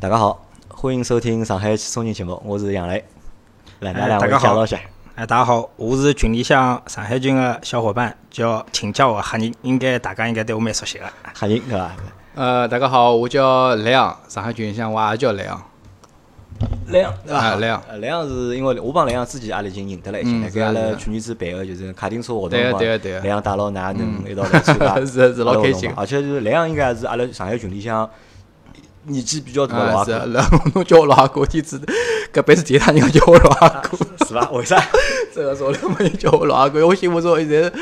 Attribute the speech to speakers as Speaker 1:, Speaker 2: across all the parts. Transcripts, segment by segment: Speaker 1: 大家好，欢迎收听上海松人节目，我是杨磊，来，
Speaker 2: 哎
Speaker 1: 㑚两
Speaker 2: 大
Speaker 1: 位
Speaker 2: 家
Speaker 1: 介
Speaker 2: 好
Speaker 1: 绍一下。
Speaker 2: 哎，大家好，我是群里向上海群的小伙伴，叫请叫我黑人，应该大家应该对我蛮熟悉的。
Speaker 1: 吓人对伐？
Speaker 3: 呃，大家好，我叫莱昂，上海群像我也叫莱昂。
Speaker 1: 莱昂对伐？
Speaker 3: 啊莱昂
Speaker 1: 呃，莱昂是因为我帮莱昂之前阿拉已经认得了一
Speaker 3: 嗯
Speaker 1: 些，搿阿
Speaker 3: 是啊
Speaker 1: 拉
Speaker 3: 是啊
Speaker 1: 去年子办个就是卡丁车活动
Speaker 3: 对啊
Speaker 1: 嘛，
Speaker 3: 对啊对啊，
Speaker 1: 莱昂带牢㑚能一道来参加
Speaker 3: 是啊是
Speaker 1: 阿
Speaker 3: 老
Speaker 1: 拉活
Speaker 3: 开
Speaker 1: 动
Speaker 3: 心
Speaker 1: 嘛而且就是莱昂应该是阿拉上海群里向年纪比较大的老
Speaker 3: 啊，
Speaker 1: 阿
Speaker 3: 是
Speaker 1: 哥
Speaker 3: 啊，，然后侬叫我老阿哥，天子搿辈子第一趟人家叫我老阿 哥，
Speaker 1: 是伐？为啥？
Speaker 3: 这个从来没人叫我老阿哥。我心目中一直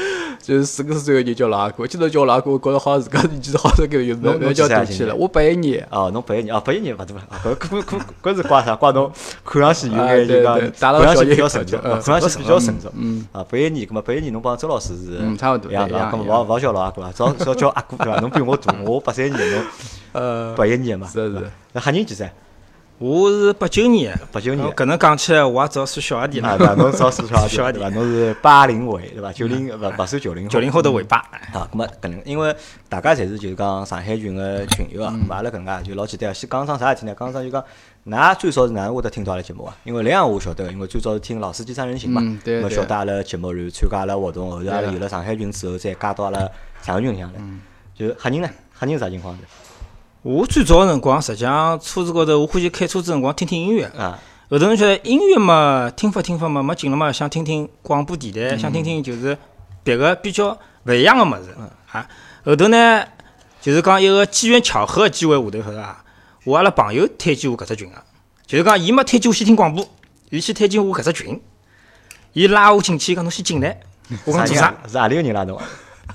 Speaker 3: 就是四个岁的人叫老阿哥，今朝叫我老阿哥，我觉着好像自家年纪好 像搿有
Speaker 1: 侬
Speaker 3: 蛮蛮
Speaker 1: 侬几
Speaker 3: 叫
Speaker 1: 岁啊
Speaker 3: 大
Speaker 1: 现
Speaker 3: 气
Speaker 1: 在
Speaker 3: 了。我八一年，
Speaker 1: 哦，侬八一年哦，八一年勿大了，啊搿搿搿搿是怪啥？怪侬看上去有
Speaker 3: 啊
Speaker 1: 眼就
Speaker 3: 对
Speaker 1: 讲
Speaker 3: 对，打
Speaker 1: 看
Speaker 3: 到
Speaker 1: 上
Speaker 3: 小
Speaker 1: 去比
Speaker 3: 一
Speaker 1: 较
Speaker 3: 口
Speaker 1: 成熟，啊
Speaker 3: 就
Speaker 1: 看
Speaker 3: 嗯
Speaker 1: 上去比较成熟。
Speaker 3: 嗯
Speaker 1: 啊，八一年，葛末八一年侬帮周老师是
Speaker 3: 嗯差不多
Speaker 1: 一样
Speaker 3: 一
Speaker 1: 对伐？
Speaker 3: 样
Speaker 1: 葛末
Speaker 3: 一
Speaker 1: 勿
Speaker 3: 样
Speaker 1: 勿叫老阿哥啊，早早叫阿哥对伐？侬比我大，我八三年，侬
Speaker 3: 呃，
Speaker 1: 八一年嘛。
Speaker 3: 是是。
Speaker 1: 那吓人几岁？
Speaker 2: 我是八九年的，
Speaker 1: 89年
Speaker 2: 哦搿能讲起来，我也只好算小阿弟
Speaker 1: 啊，
Speaker 2: 了，
Speaker 1: 对伐？侬早四 小
Speaker 2: 小
Speaker 1: 弟
Speaker 2: 阿
Speaker 1: 对伐？
Speaker 2: 弟
Speaker 1: 侬是八零尾对伐？九零
Speaker 3: 嗯
Speaker 1: 勿勿算九零后。
Speaker 2: 九零后的尾 巴。
Speaker 1: 啊，咁啊，搿能，因为大家侪是就是讲上海群个群友啊，咁啊阿拉搿能介就老简单。先讲桩啥事体呢？讲桩就讲，㑚最早是哪能会得听到阿拉节目啊？因为两样我晓得，因为最早是听《老司机三人行》嘛
Speaker 3: 嗯，对
Speaker 1: 咁啊
Speaker 3: 对
Speaker 1: 晓得阿拉节目，然后参加阿拉活动，后头阿拉
Speaker 3: 对
Speaker 1: 有了上海群之后，再加到阿拉上海群里向来。就是吓人呢，吓人是啥情况呢？
Speaker 2: 我最早的辰光，实际上车子高头，我欢喜开车子辰光听听音乐。
Speaker 1: 啊，
Speaker 2: 后头侬晓得音乐嘛，听法听法嘛，没劲了嘛，想听听广播电台，想听听就是别个比较勿一样个物事啊。后头呢，就是讲一个机缘巧合个机会下头后头啊，我阿拉朋友推荐我搿只群个，啊就是讲伊没推荐我先听广播，伊先推荐我搿只群，伊拉我进去讲侬先进来，我讲
Speaker 1: 人
Speaker 2: 做啥
Speaker 1: 啊？？是何里个人拉侬啊？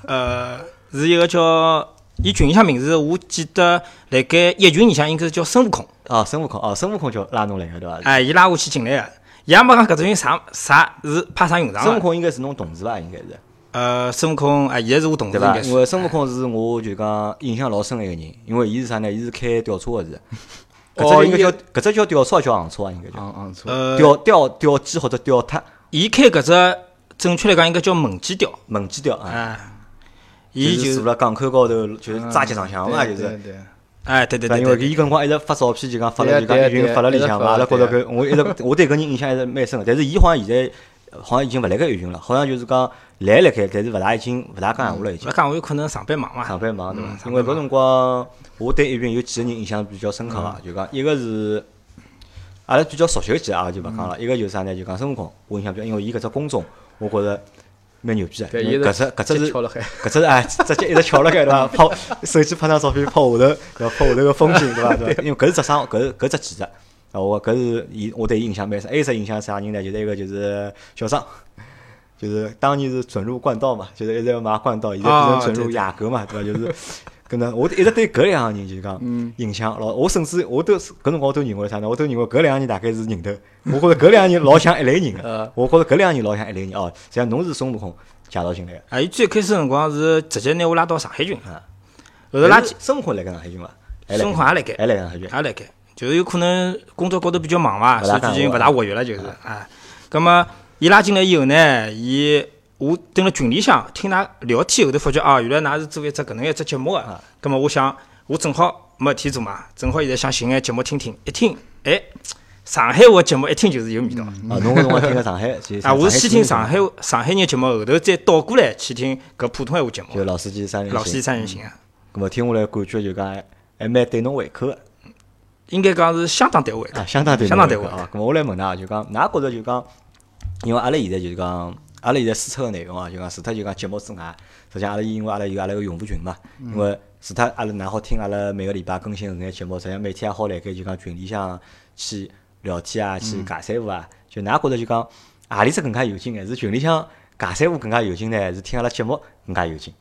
Speaker 2: 呃，是一个叫伊群里向名字，我记得辣盖一群里向应该是叫孙悟空。
Speaker 1: 哦，孙悟空，哦，孙悟空叫拉侬来个对伐？
Speaker 2: 哎，伊拉我去进来个，伊也没讲搿种人啥啥是派啥用啊场
Speaker 1: 孙悟
Speaker 2: 个。
Speaker 1: 空应该是侬同事伐？应该是。
Speaker 2: 呃，孙悟空啊，现在是我同事
Speaker 1: 对
Speaker 2: 应
Speaker 1: 伐？
Speaker 2: 该
Speaker 1: 因
Speaker 2: 是。
Speaker 1: 为孙悟空是我就讲印象老深的一个人，因为伊是啥呢？伊是开吊车 的是。搿
Speaker 3: 哦
Speaker 1: 只应该
Speaker 3: 伊
Speaker 1: 叫搿只叫吊车，叫hàng车啊，应该叫
Speaker 3: 嗯嗯，错，
Speaker 2: 呃，
Speaker 1: 吊吊吊机或者吊塔
Speaker 2: 伊开搿只正确来讲应该叫门机雕
Speaker 1: 门机吊啊。
Speaker 2: 啊。伊
Speaker 1: 伊就
Speaker 2: 就是
Speaker 1: 坐辣港口高头，就是扎街上
Speaker 3: 对
Speaker 1: 向嘛，就
Speaker 3: 啊对
Speaker 1: 是。
Speaker 3: 对
Speaker 2: 哎，对对
Speaker 1: 但
Speaker 2: 对
Speaker 1: 因为
Speaker 2: 对
Speaker 1: 搿伊搿辰光一直发照片，就讲发
Speaker 3: 对
Speaker 1: 了
Speaker 3: 啊
Speaker 1: 就讲
Speaker 3: 对
Speaker 1: 一
Speaker 3: 啊
Speaker 1: 群
Speaker 3: 对啊
Speaker 1: 发了里
Speaker 3: 一直
Speaker 1: 向
Speaker 3: 发
Speaker 1: 嘛，阿拉觉
Speaker 3: 对
Speaker 1: 着
Speaker 3: 啊
Speaker 1: 搿我一直我对搿人印象还是蛮深个。但是伊好像现在好像已经勿辣盖一群了，好像就是讲来辣盖，但是勿大已经勿大讲闲话了已经
Speaker 2: 勿。讲我有可能上班忙嘛
Speaker 1: 上。班忙对伐？因
Speaker 2: 上班
Speaker 1: 为搿辰光，我对一群有几个人印象比较深刻啊，就讲一个是阿拉比较熟悉个几个啊，就勿讲了。一个就是啥呢？就讲孙悟空，我印象比较，因为伊搿只工种，我觉着蛮牛逼个。
Speaker 3: 对
Speaker 1: 因为
Speaker 3: 伊
Speaker 1: 搿
Speaker 3: 是
Speaker 1: 只搿只
Speaker 3: 直
Speaker 1: 是
Speaker 3: 翘 辣海
Speaker 1: 搿只是哎，直接一直翘辣盖对 伐？拍手机拍张照片，拍下头，然后拍下头个风景对 伐？对伐？因为搿是只生，搿是搿只技术。啊，我搿是伊，我对伊印象蛮深。还有一只印象是啥人呢？就是一个就是小张，就是当年是准入冠道嘛，就是一直要买冠道，现在变成
Speaker 2: 啊
Speaker 1: 准
Speaker 2: 对
Speaker 1: 入
Speaker 2: 对
Speaker 1: 雅阁嘛，对伐？嗯就是搿能，我一直对搿两个人就是讲印象老，我甚至我都是搿辰光我都认为啥呢？我都认为搿两个人大概是人头，我觉着搿两个人老像一类人的
Speaker 3: 呃，
Speaker 1: 我觉着搿两个人老像一类人哦。实际上侬是孙悟空介绍进来的，
Speaker 2: 啊，伊最开始辰光是直接拿我拉到上海群
Speaker 1: 啊，
Speaker 2: 后头拉
Speaker 1: 但是孙悟空来搿上海群伐？还来
Speaker 2: 孙悟空也辣盖。
Speaker 1: 还来搿上海群
Speaker 2: 也，辣盖，就是有可能工作高头比较忙嘛，
Speaker 1: 勿大
Speaker 2: 所以
Speaker 1: 干
Speaker 2: 最近
Speaker 1: 活
Speaker 2: 勿大活跃了，就是啊。葛么伊拉进来以后呢，伊我蹲辣群里向听㑚聊天后头发觉啊，原来㑚是做一只搿能一只节目
Speaker 1: 啊
Speaker 2: 个。葛么我想，我正好没事体做嘛，正好现在想寻眼节目听听，一听，哎，上海话节目一听就是有味道。
Speaker 1: 啊，侬搿辰光听个上海，其实
Speaker 2: 啊，我是先听
Speaker 1: 上
Speaker 2: 上
Speaker 1: 海
Speaker 2: 海上海人节目，后头再倒过来去听搿普通闲话节
Speaker 1: 就
Speaker 2: 目，
Speaker 1: 老司机三人
Speaker 2: 老西
Speaker 1: 行，
Speaker 2: 三人行啊，
Speaker 1: 咁么听下来感觉就讲还蛮对侬胃口的。
Speaker 2: 应该讲是相当对位的
Speaker 1: 啊，相当对，
Speaker 2: 相当对位
Speaker 1: 啊。咁我来问㑚，就讲㑚觉着就讲，因为阿拉现在就是讲，阿拉现在输出个内容啊，就讲除脱就讲节目之外，实际上阿拉因为阿拉有阿拉个用户群嘛，
Speaker 3: 嗯
Speaker 1: 因为除脱阿拉㑚好听阿拉每个礼拜更新搿眼节目，实际上每天也好辣盖就讲群里向去聊天啊，
Speaker 3: 嗯
Speaker 1: 去尬三胡啊，就㑚觉着就讲，何里只更加有劲呢？是群里向尬三胡更加有劲呢，还是听阿拉节目更加有劲？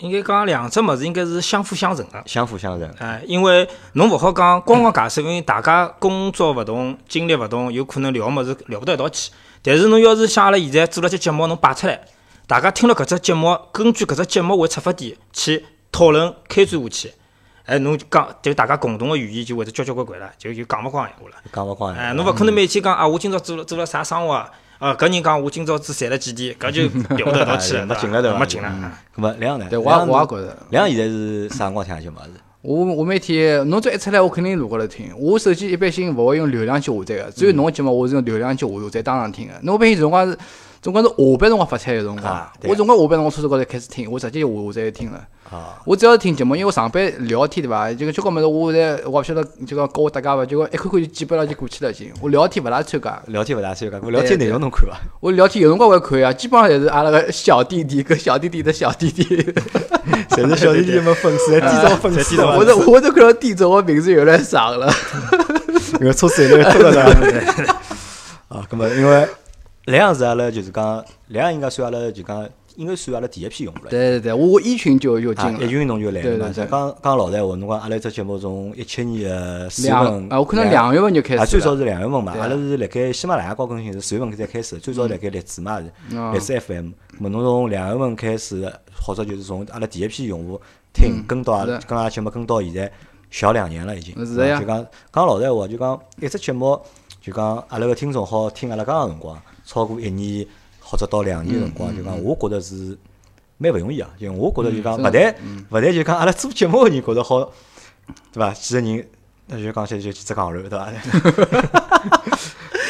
Speaker 2: 应该讲两只物事应该是相辅相成的。
Speaker 1: 相辅相成。
Speaker 2: 哎，因为侬勿好讲光光假设，因为大家工作勿同、经历勿同，有可能聊物事聊勿到一道去。但是侬要是像阿拉现在做了只节目，侬摆出来，大家听了搿只节目，根据搿只节目为出发点去讨论、开展下去，哎，侬就讲对大家共同个语言就会得交交关关了，就就讲勿光闲话了。
Speaker 1: 讲勿光
Speaker 2: 哎，侬勿可能每天讲啊，我今朝做了做了啥生活啊？啊，搿人讲我今朝只赚了几钿，搿就聊勿到一 道去哎了，
Speaker 1: 没劲
Speaker 2: 对
Speaker 1: 了对
Speaker 2: 伐
Speaker 1: 伐？
Speaker 2: 没劲了。
Speaker 1: 咁么，两样呢？
Speaker 3: 对，我也
Speaker 1: 两样
Speaker 3: 我也
Speaker 1: 是
Speaker 3: 觉着，
Speaker 1: 两样现在是啥辰光听节目啊？是？
Speaker 3: 我我每天侬只要一出来，我肯定录过来听。我手机一般性勿会用流量去下载个，只有侬节目我是用流量去下下载当场听个。侬一般性辰光是，总归是下班辰光发出来个辰光
Speaker 1: 啊，对
Speaker 3: 我总归下班辰光车子高头开始听，我直接下下载听了。
Speaker 1: 啊，
Speaker 3: 我只要听节目，因为我上班聊天对伐？就结果么子，我现在我也勿晓得就讲教我搭嘎伐？就讲一看看就基本上就过去了已经。我聊天勿大参加，
Speaker 1: 聊天勿大参加，我聊天内容侬看 伐？
Speaker 3: 我聊天有辰光会看啊，基本上侪是阿拉个小弟弟跟小弟弟的小弟弟。
Speaker 1: 侪是小弟弟们粉丝，地藏粉丝，
Speaker 3: 我都我都看到地主，我名字有点长了。
Speaker 1: 因为车子有点多 了是吧啊，咁么因为莱昂是阿拉啊就是讲，莱昂应该算阿拉就讲，应该算阿拉第一批用户了。
Speaker 3: 对对对，我我一群就就进
Speaker 1: 啊，
Speaker 3: 了
Speaker 1: 一。运动就来了嘛。
Speaker 3: 对对
Speaker 1: 像
Speaker 3: 对
Speaker 1: 刚刚老闲话，侬讲阿拉这节目从一七年的四月
Speaker 3: 两
Speaker 1: 份
Speaker 3: 啊，我看到
Speaker 1: 两
Speaker 3: 两月份就开
Speaker 1: 啊，
Speaker 3: 始
Speaker 1: 最
Speaker 3: 了。
Speaker 1: 早是两月份嘛，
Speaker 3: 对啊
Speaker 1: 阿拉是辣盖喜马拉雅高更新是十月份才开始，最早辣盖荔枝嘛是
Speaker 3: 嗯
Speaker 1: 荔枝 FM。么侬从两月份开始，或者就是从阿拉第一批用户听跟到阿拉
Speaker 3: 嗯是的
Speaker 1: 跟阿拉节目跟到现在小两年了已经。
Speaker 3: 是的呀
Speaker 1: 啊就讲讲老实闲话，就讲一只节目，就讲阿拉个听众好听阿拉讲个辰光，超过一年或者到两年辰
Speaker 3: 嗯
Speaker 1: 光，就讲我觉着是蛮勿容易啊。就我觉着就讲
Speaker 3: 嗯
Speaker 1: 勿
Speaker 3: 真
Speaker 1: 但勿但就讲阿拉做节目个人觉着好，对伐？几个人。那就讲起来就几只戆人，对 伐？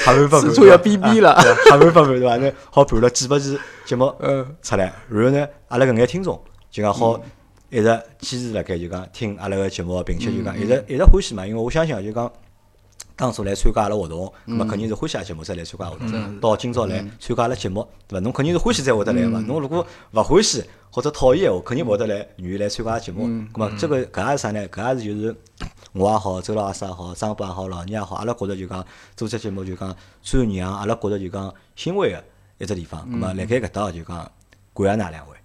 Speaker 1: 还没发
Speaker 3: 此
Speaker 1: 满，
Speaker 3: 处要逼逼了
Speaker 1: 啊对吧还没发满对伐？那好盘了几百期节目
Speaker 3: 嗯
Speaker 1: 出来，然后呢，阿拉搿眼听众就讲好一直坚持辣盖就讲听阿拉个节目，并且就
Speaker 3: 嗯
Speaker 1: 讲一直一直欢喜嘛，因为我相信啊，就讲。当初来参加阿拉活动，那么肯定是欢喜阿拉节目才来参加活动。到今朝来参加阿拉节目，对伐？侬肯定是欢喜才会得来嘛。侬如果勿欢喜或者讨厌，我肯定勿会得来愿意来参加阿拉节目。那么这个搿也是啥呢？搿也是就是我也好，周老师也好，张伯也好，老倪也好，阿拉觉着就讲做这节目就讲最让阿拉觉着就讲欣慰个一只地方。那么辣盖搿搭就讲感谢㑚两位。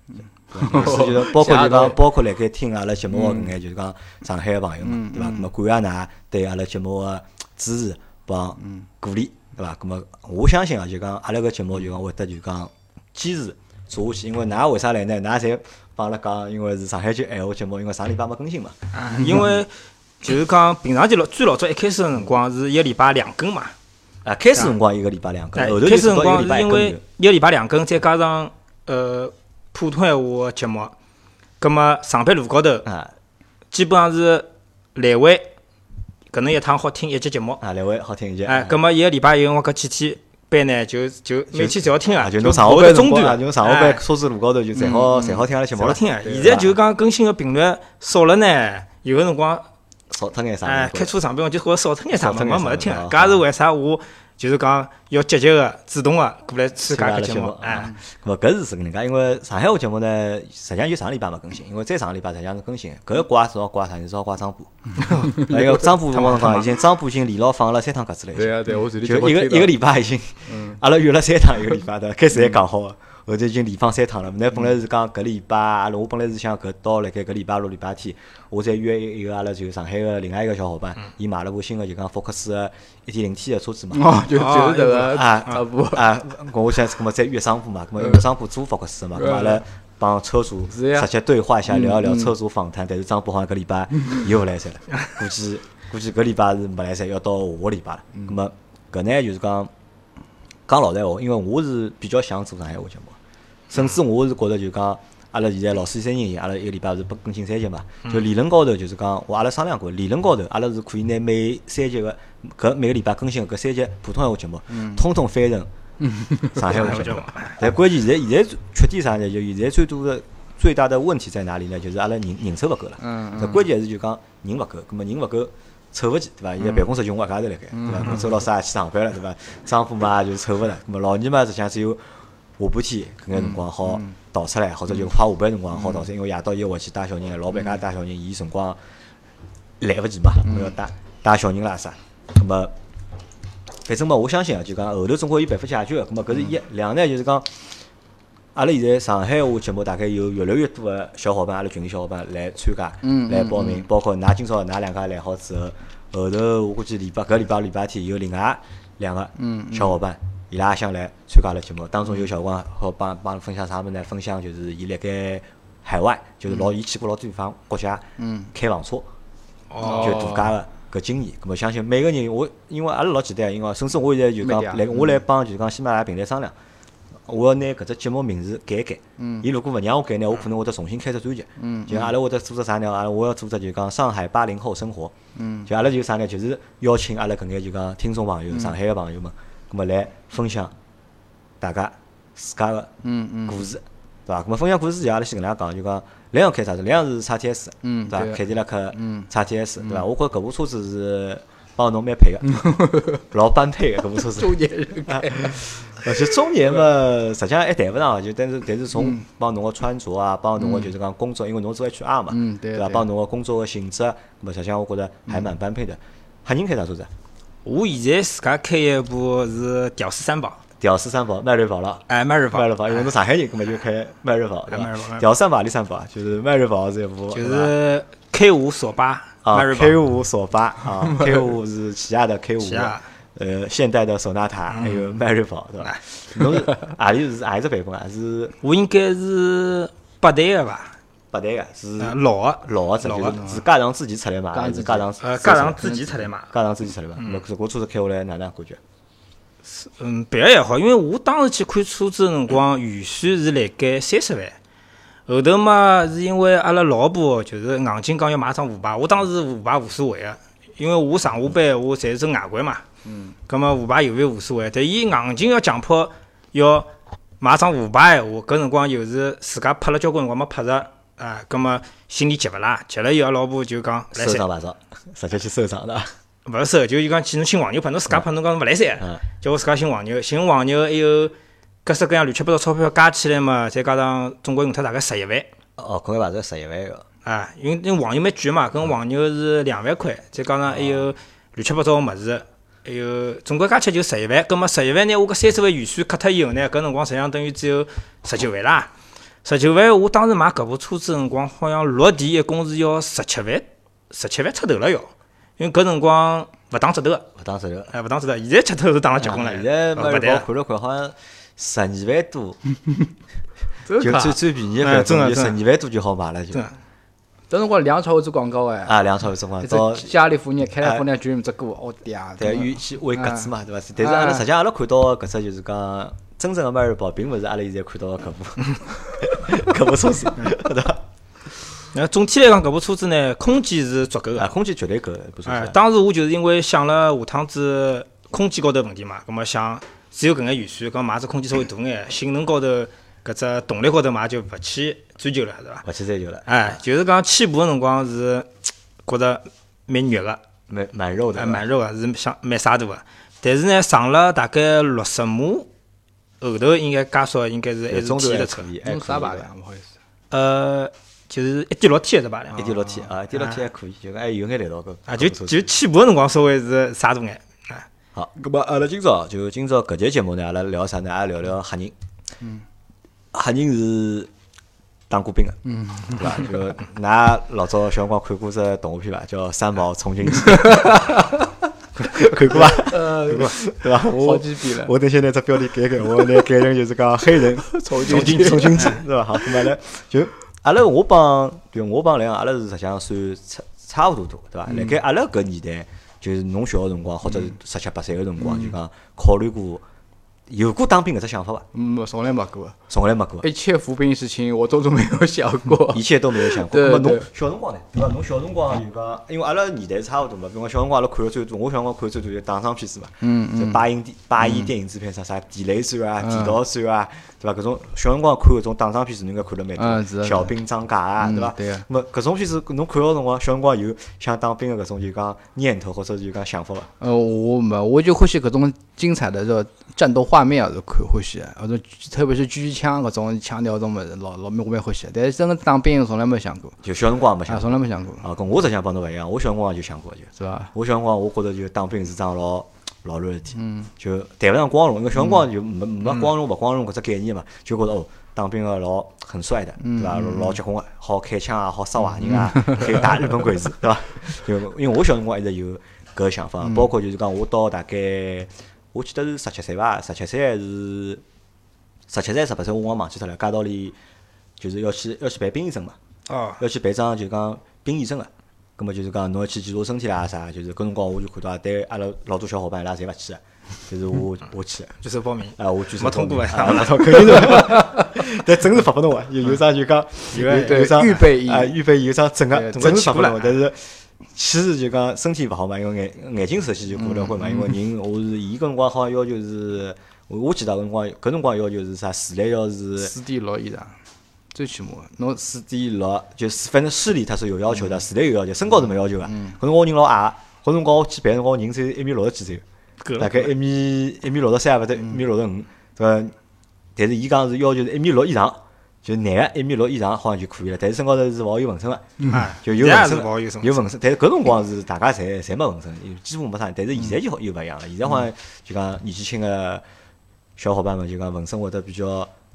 Speaker 1: 对吧是就是 包括就
Speaker 3: 谢谢大家
Speaker 1: 讲包括辣盖听阿拉节目个搿眼，就是讲上海个朋友
Speaker 2: 嗯
Speaker 1: 们，对伐？咁么感谢㑚对阿拉节目个支持帮鼓励，对伐？咁么我相信啊，就讲阿拉搿节目就讲会得就讲坚持做下去，因为㑚为啥来呢？㑚侪帮阿拉讲，因为是上海句闲话节目，因为上礼拜没更新嘛。
Speaker 2: 啊，因为就是讲平常就老最老早一开始个辰光是一个礼拜两更嘛，
Speaker 1: 啊，开始辰光一个礼拜两更，
Speaker 2: 哎
Speaker 1: 后头
Speaker 2: 开
Speaker 1: 就
Speaker 2: 始
Speaker 1: 是
Speaker 2: 辰
Speaker 1: 到一个
Speaker 2: 光
Speaker 1: 礼拜一
Speaker 2: 是因
Speaker 1: 更就
Speaker 2: 为。一个礼拜两更，再加上呃普通闲话个节目，葛么上班路高头
Speaker 1: 啊
Speaker 2: 基本上是来回搿能一趟好听一集节目，
Speaker 1: 啊，来回好听一些。
Speaker 2: 哎，葛么一个礼拜有辰光搿几天班呢就就每天侪要听
Speaker 1: 啊，
Speaker 2: 啊，
Speaker 1: 就
Speaker 2: 侬
Speaker 1: 侬上下
Speaker 2: 下
Speaker 1: 班的
Speaker 2: 中
Speaker 1: 辰光
Speaker 2: 断
Speaker 1: 啊，
Speaker 2: 啊，嗯
Speaker 1: 就侬上下班
Speaker 2: 哎
Speaker 1: 车子路高头就侪好侪好听阿拉节目了
Speaker 2: 侪好。听啊。
Speaker 1: 对
Speaker 2: 现在
Speaker 1: 吧
Speaker 2: 就是讲更新个频率少了呢，有个辰光。
Speaker 1: 少脱眼啥嘛？
Speaker 2: 哎，开车上班我就觉着少脱眼啥
Speaker 1: 少
Speaker 2: 嘛，
Speaker 1: 脱
Speaker 2: 没
Speaker 1: 眼啥
Speaker 2: 没得听啊
Speaker 1: 啊。
Speaker 2: 搿也是为啥我就是讲要积极个、主动个过来参加搿节目。哎
Speaker 1: 啊，，咾么搿是是搿能介，因为上海话节目呢，实际上就上个礼拜没更新，因为再上个礼拜实际上是更新的，搿怪是要怪啥？是要怪 张波，还有哎张波辰光辰光已经张波已经连牢放了三趟鸽子了已经，
Speaker 3: 啊 对，我嗯随
Speaker 1: 就一个一个礼拜已经，阿拉约了三趟一个礼拜的，开始还讲好个，后头已经连放三趟了。那本来是讲搿礼拜，阿拉我本来是想搿到辣盖搿礼拜六、礼拜天，我再约一个阿拉就上海个另外一个小伙
Speaker 3: 嗯
Speaker 1: 伴，伊买了部新个就讲福克斯个一点零 T 个车子嘛，
Speaker 3: 哦，就就是这个
Speaker 1: 啊
Speaker 3: 差不多。嗯
Speaker 1: 啊，我我想是搿么再约商铺嘛，搿么约商铺租福克斯嘛，搿么阿拉帮车主
Speaker 3: 是嗯呀
Speaker 1: 直接对话一下，聊一聊车主访谈。但是张博好像搿礼 拜又勿来塞了，估计估计搿礼拜是没来塞，要到下个礼拜了。
Speaker 3: 嗯
Speaker 1: 搿么搿呢就是讲讲老实闲话，因为我是比较想做上海话节目，甚至我是觉着就讲。阿拉现在老师三人，阿拉一个礼拜是不更新三集嘛？
Speaker 2: 嗯
Speaker 1: 就理论高头，就是讲，我阿拉商量过，理论高头，阿拉是可以拿每三集个搿每个礼拜更新的搿三集普通闲话节目，通通翻成上海
Speaker 2: 嗯上海
Speaker 1: 话
Speaker 2: 话
Speaker 1: 节
Speaker 2: 节
Speaker 1: 目
Speaker 2: 目。
Speaker 1: 但关键现在现在缺点啥呢？就现在最多的最大的问题在哪里呢？就是阿拉人人手勿够了。
Speaker 3: 嗯
Speaker 1: 那关键还是就讲人勿够，葛么人勿够凑勿齐，对伐？现
Speaker 3: 嗯
Speaker 1: 在办公室就我一家头辣盖，对伐？搿周老师也去上班了，对伐？张夫嘛就凑勿了，葛么老二嘛实际上只有下半天搿眼辰光好
Speaker 3: 嗯
Speaker 1: 逃出来，或者就快下班辰光好逃出来，因为夜到伊回去带小人，老板
Speaker 3: 嗯
Speaker 1: 家带小人，伊辰光来勿及嘛，我要带带小人啦啥，葛么。反正嘛，我相信啊，就讲后头总归有办法解决个。咁啊么搿是一，
Speaker 3: 嗯
Speaker 1: 两呢就是讲，阿拉现在上海话节目大概有越来越多个小伙伴，阿拉群里小伙伴来参加
Speaker 3: 嗯，
Speaker 1: 来报名，包括㑚今朝㑚两家来好之后，后头我估计礼拜搿礼拜礼拜天有另外两个
Speaker 3: 嗯
Speaker 1: 小伙伴，伊拉也想来参加阿拉节目，当中有小光好帮帮分享啥物事呢？分享就是伊辣盖海外，就是老伊去过老多地方国家，
Speaker 3: 嗯，
Speaker 1: 开房车。
Speaker 2: 哦
Speaker 1: 就度假个搿经验。咁么相信每个人，我因为阿拉老简单，因为甚至我现在就
Speaker 3: 没得啊
Speaker 1: 讲来，我来帮就是讲喜马拉雅平台商量，我要拿搿只节目名字改一改。伊如果勿让我改呢，我可能会得重新开只专辑。就阿拉会得做只啥呢？阿拉我要做只就讲上海八零后生活。就阿拉就啥呢？就是邀请阿拉搿眼就讲听众朋友、上海个朋友们，葛末来分享大家自家个
Speaker 3: 嗯嗯
Speaker 1: 故事，对伐？葛末分享故事之前，阿拉先搿能介讲，就讲两样开啥车？两样是叉 T S，
Speaker 3: 嗯
Speaker 1: 对伐
Speaker 3: 对？
Speaker 1: 凯迪拉克
Speaker 3: 嗯
Speaker 1: 叉 T S，对伐？我觉着搿部车子是帮侬蛮 配个，老般配个搿部车子。
Speaker 3: 中年人开，
Speaker 1: 而且中年嘛，实际上还谈勿上啊，就但是但是从
Speaker 2: 嗯
Speaker 1: 帮侬个穿着啊，帮侬个就是讲工作，因为侬做 HR 嘛，
Speaker 3: 嗯对
Speaker 1: 对伐？
Speaker 3: 对
Speaker 1: 帮侬个工作个性质，咾么实际上我觉着
Speaker 2: 嗯
Speaker 1: 还蛮般配的。黑人开啥车子啊？
Speaker 2: 我现在自家开一部是屌丝三宝，
Speaker 1: 屌丝三宝，迈锐宝了。
Speaker 2: 哎，迈锐宝
Speaker 1: 嗯迈，锐宝，因为侬上 海人，根本就开迈锐宝，对
Speaker 2: 迈锐宝迈锐
Speaker 1: 吧？
Speaker 2: 宝
Speaker 1: 屌三马力三宝，啊就是迈锐宝这一部，
Speaker 2: 就
Speaker 1: 对吧
Speaker 2: 是 K 五索八，迈
Speaker 1: 啊
Speaker 2: 锐
Speaker 1: ，K
Speaker 2: 宝，
Speaker 1: 五索八 啊，K 五是起亚的 K 五
Speaker 2: 起亚，
Speaker 1: 呃，现代的索纳塔，
Speaker 2: 嗯
Speaker 1: 还有迈锐宝，
Speaker 2: 哎
Speaker 1: 对吧？侬是阿里是阿里只版本啊？是
Speaker 2: 我应该是八代的吧，
Speaker 1: 八代个，是
Speaker 2: 呃老的，嗯
Speaker 1: 老个只，
Speaker 2: 老
Speaker 1: 就
Speaker 2: 个
Speaker 1: 是是家长自己出来买，还是家长
Speaker 2: 呃，嗯加上自己出来嘛，
Speaker 1: 家长自己出来买？那搿车子开下来哪能感觉？
Speaker 2: 嗯，别个也好，因为我当时去看车子的辰光，预算是辣盖三十万。后头嘛，是因为阿拉老婆就是硬劲讲要买张沪牌，我当时沪牌无所谓个，啊因为我上下班我侪是外国嘛。嗯。葛么沪牌有没有无所谓，但伊硬劲要强迫要买张沪牌闲话，搿辰光又是自家拍了交关辰光没拍着啊，葛么心里急勿啦？急了以后，老婆就讲来
Speaker 1: 收
Speaker 2: 三
Speaker 1: 藏牌照， 直接去收藏的。
Speaker 2: 勿是收，就是讲去侬寻黄牛拍，侬自家拍侬讲勿来三
Speaker 1: 嗯，
Speaker 2: 叫我自家寻黄牛，寻黄牛还有各式各样乱七八糟钞票加起来嘛，再加上总共用脱大概十一万
Speaker 1: 哦，搿个牌照十一万个，
Speaker 2: 啊，因为因为黄牛蛮贵嘛，跟黄牛是两万块，再加
Speaker 1: 哦
Speaker 2: 上还有乱七八糟个物事，还有总归加起来就十一万，葛么十一万呢，我搿三十万预算 cut 脱以后呢，搿辰光实际上等于只有十九万啦。十九万，我当时买搿部车子辰光，好像落地一共是要十七万，十七万出头了要，因为搿辰光勿打折头个。
Speaker 1: 勿打折头。
Speaker 2: 哎，勿当知道，现在吃头是打了结棍了。
Speaker 1: 啊现在
Speaker 2: 勿
Speaker 1: 迈锐
Speaker 2: 对
Speaker 1: 宝
Speaker 2: 了，
Speaker 1: 看了看，好像十二万多，
Speaker 3: 真
Speaker 1: 就
Speaker 3: 的
Speaker 1: 最
Speaker 3: 啊
Speaker 1: 最便宜的
Speaker 2: 哎
Speaker 1: 版
Speaker 2: 真的
Speaker 1: 本，就十
Speaker 2: 真
Speaker 1: 二万多就好买了，就
Speaker 2: 真的
Speaker 3: 等辰光梁朝伟做广告哎，
Speaker 1: 啊，两钞有辰光
Speaker 3: 一
Speaker 1: 到
Speaker 3: 只加利福尼亚开了福尼亚居然这歌，我天啊！
Speaker 1: 对
Speaker 3: 真的
Speaker 1: 预期喂鸽子嘛，对伐？但是阿拉
Speaker 3: 啊
Speaker 1: 实际上阿拉看到的搿只就是讲真正的迈锐宝，并勿是阿拉现在看到的搿 部搿部车 子，对伐？
Speaker 2: 那总体来讲，搿部车子呢，空间是足够
Speaker 1: 啊，
Speaker 2: 的。
Speaker 1: 空间绝对够，不错
Speaker 2: 哎，
Speaker 1: 是。
Speaker 2: 当时我就是因为想了下趟子空间高头问题嘛，葛么想只有搿眼预算，讲买只空间稍微大 眼，性能高头搿只动力高头嘛就勿去追求了，是伐？
Speaker 1: 勿去追求了，
Speaker 2: 哎，就是讲起步个辰光是觉着蛮肉个，
Speaker 1: 蛮啊蛮肉的，
Speaker 2: 哎，蛮肉个，是想蛮沙度个。但是呢，上了大概六十码后头，应该加速应该是还
Speaker 1: 对
Speaker 2: 是
Speaker 1: 中段
Speaker 2: 天
Speaker 1: 还
Speaker 2: 的车
Speaker 1: 可。以，还可以
Speaker 3: 弄啥牌
Speaker 1: 的
Speaker 3: 子啊？不好意思，
Speaker 2: 呃，就是一点六 T 的吧，两
Speaker 1: 一点六 T 啊，一点六 T 还可以，就讲还哎有眼力道搿
Speaker 2: 啊，
Speaker 1: 搿
Speaker 2: 就
Speaker 1: 部车子
Speaker 2: 就起步的辰光稍微是啥大眼啊，
Speaker 1: 好，咁么阿拉今朝就今朝搿节节目呢，阿拉聊啥呢？阿拉聊聊黑人。嗯，黑人是当过兵的，嗯，对伐？就㑚老早小辰光看过只动画片伐？叫《三毛冲进去》，看过伐？
Speaker 3: 呃，
Speaker 1: 对伐？
Speaker 3: 好
Speaker 1: 我
Speaker 3: 几遍了。
Speaker 1: 我等先拿只标题改改，我拿改成就是讲黑人重
Speaker 3: 进
Speaker 1: 军重军制，
Speaker 3: 哎
Speaker 1: 是吧？好，咁阿拉就阿拉我帮就我帮梁，阿拉是实际上算差差勿多多，对
Speaker 3: 嗯
Speaker 1: 伐？辣盖阿拉搿年代，就是侬小个辰光，或者是十七八岁个辰
Speaker 3: 嗯
Speaker 1: 光，就讲考虑过有过当兵搿只想法伐？
Speaker 3: 嗯，没从来没过，
Speaker 1: 从来没过，
Speaker 3: 一切服兵役事情我都从没有想 过
Speaker 1: 一。切都没有想过。
Speaker 3: 对
Speaker 1: 那么侬
Speaker 3: 对
Speaker 1: 小辰光呢？对伐？侬小辰光就讲，因为阿拉年代差勿多嘛，比如讲小辰光阿拉看的最多，我小辰光看的最多就打仗片子嘛，
Speaker 3: 嗯
Speaker 1: 就八英电八一电影制片啥啥地雷战啊、地道战啊，对伐？搿种小辰光看搿种打仗片子，侬应该看了蛮
Speaker 3: 嗯是
Speaker 1: 多，
Speaker 3: 的
Speaker 1: 小兵张嘎啊，
Speaker 3: 嗯
Speaker 1: 伐？
Speaker 3: 对啊
Speaker 1: 那么搿种片子侬看个辰光，小辰光有想当兵个搿种就讲念头或者就讲想法伐？
Speaker 3: 呃，我没，我就欢喜搿种精彩的这战斗画面啊，是看欢喜的，或者特别是狙击枪搿啊种枪调搿种物事，老老我蛮欢喜的。但是真的当兵从来没想过，
Speaker 1: 就小辰光也没
Speaker 3: 啊，
Speaker 1: 想过
Speaker 3: 从来没想过，
Speaker 1: 啊，跟我实际上帮侬勿一样，我小辰光就想过就是
Speaker 3: 吧？
Speaker 1: 我小辰光，我觉着就当兵是桩老老热事体，就谈勿上光荣，因为小辰光就没没光荣勿光荣搿只概念嘛，就觉着哦，当兵个老很帅的，对伐？老老结棍个，好开枪啊，好杀坏人啊，可以打日本鬼子，对伐？ 就因为我小辰光一直有搿个想法，包括就是讲我到大概，我记得是十七岁伐，十七岁还是十七岁十八岁，我忘忘记脱了，街道里就是要去要去办兵役证嘛。
Speaker 2: 哦，
Speaker 1: 要去办张就讲兵役证个，葛末就是讲侬要去检查身体啦啥，就是搿辰光我就看到啊，对阿拉老多小伙伴伊拉侪勿去个，就是我我去。
Speaker 2: 举手报名。
Speaker 1: 啊，我举手
Speaker 2: 没通过
Speaker 1: 啊，
Speaker 2: 啊
Speaker 1: 啊没通肯定是， 但真是发拨侬啊，有有啥就讲有
Speaker 2: 有
Speaker 1: 有啥
Speaker 3: 对预备役
Speaker 1: 啊，预备有啥整个
Speaker 3: 对
Speaker 1: 整个
Speaker 2: 真
Speaker 1: 发拨
Speaker 2: 起不来
Speaker 1: 侬，但是其实就讲身体勿好嘛，因为眼眼睛首先就过了会嘛，因为人我是伊搿辰光好像要求是，我我记得搿辰光搿辰光要求是啥，视力要是
Speaker 3: 四点六以上，最起码侬
Speaker 1: 四点六，就是反正视力它是有要求的，视力有要求，身高是没要求的。搿辰光人老矮，搿辰光啊我去办辰光人只有一米六十几左右。
Speaker 2: 够
Speaker 1: 大
Speaker 2: 了。
Speaker 1: 概一米一米六十三勿对，一米六十五，对伐？但是伊讲是要求是一米六以上，就男个一米六以上好像就可以了。但是身高头是勿好有纹身个，嗯
Speaker 2: 哎
Speaker 1: 就有
Speaker 2: 现在
Speaker 1: 纹
Speaker 2: 也是
Speaker 1: 身
Speaker 2: 勿
Speaker 1: 的
Speaker 2: 好有什么
Speaker 1: 有纹身。但是搿辰光是大家侪侪没纹身，有几乎没啥。但是现在就好又勿一样了，现在好像就讲年纪轻个小伙伴们就讲纹身会得比较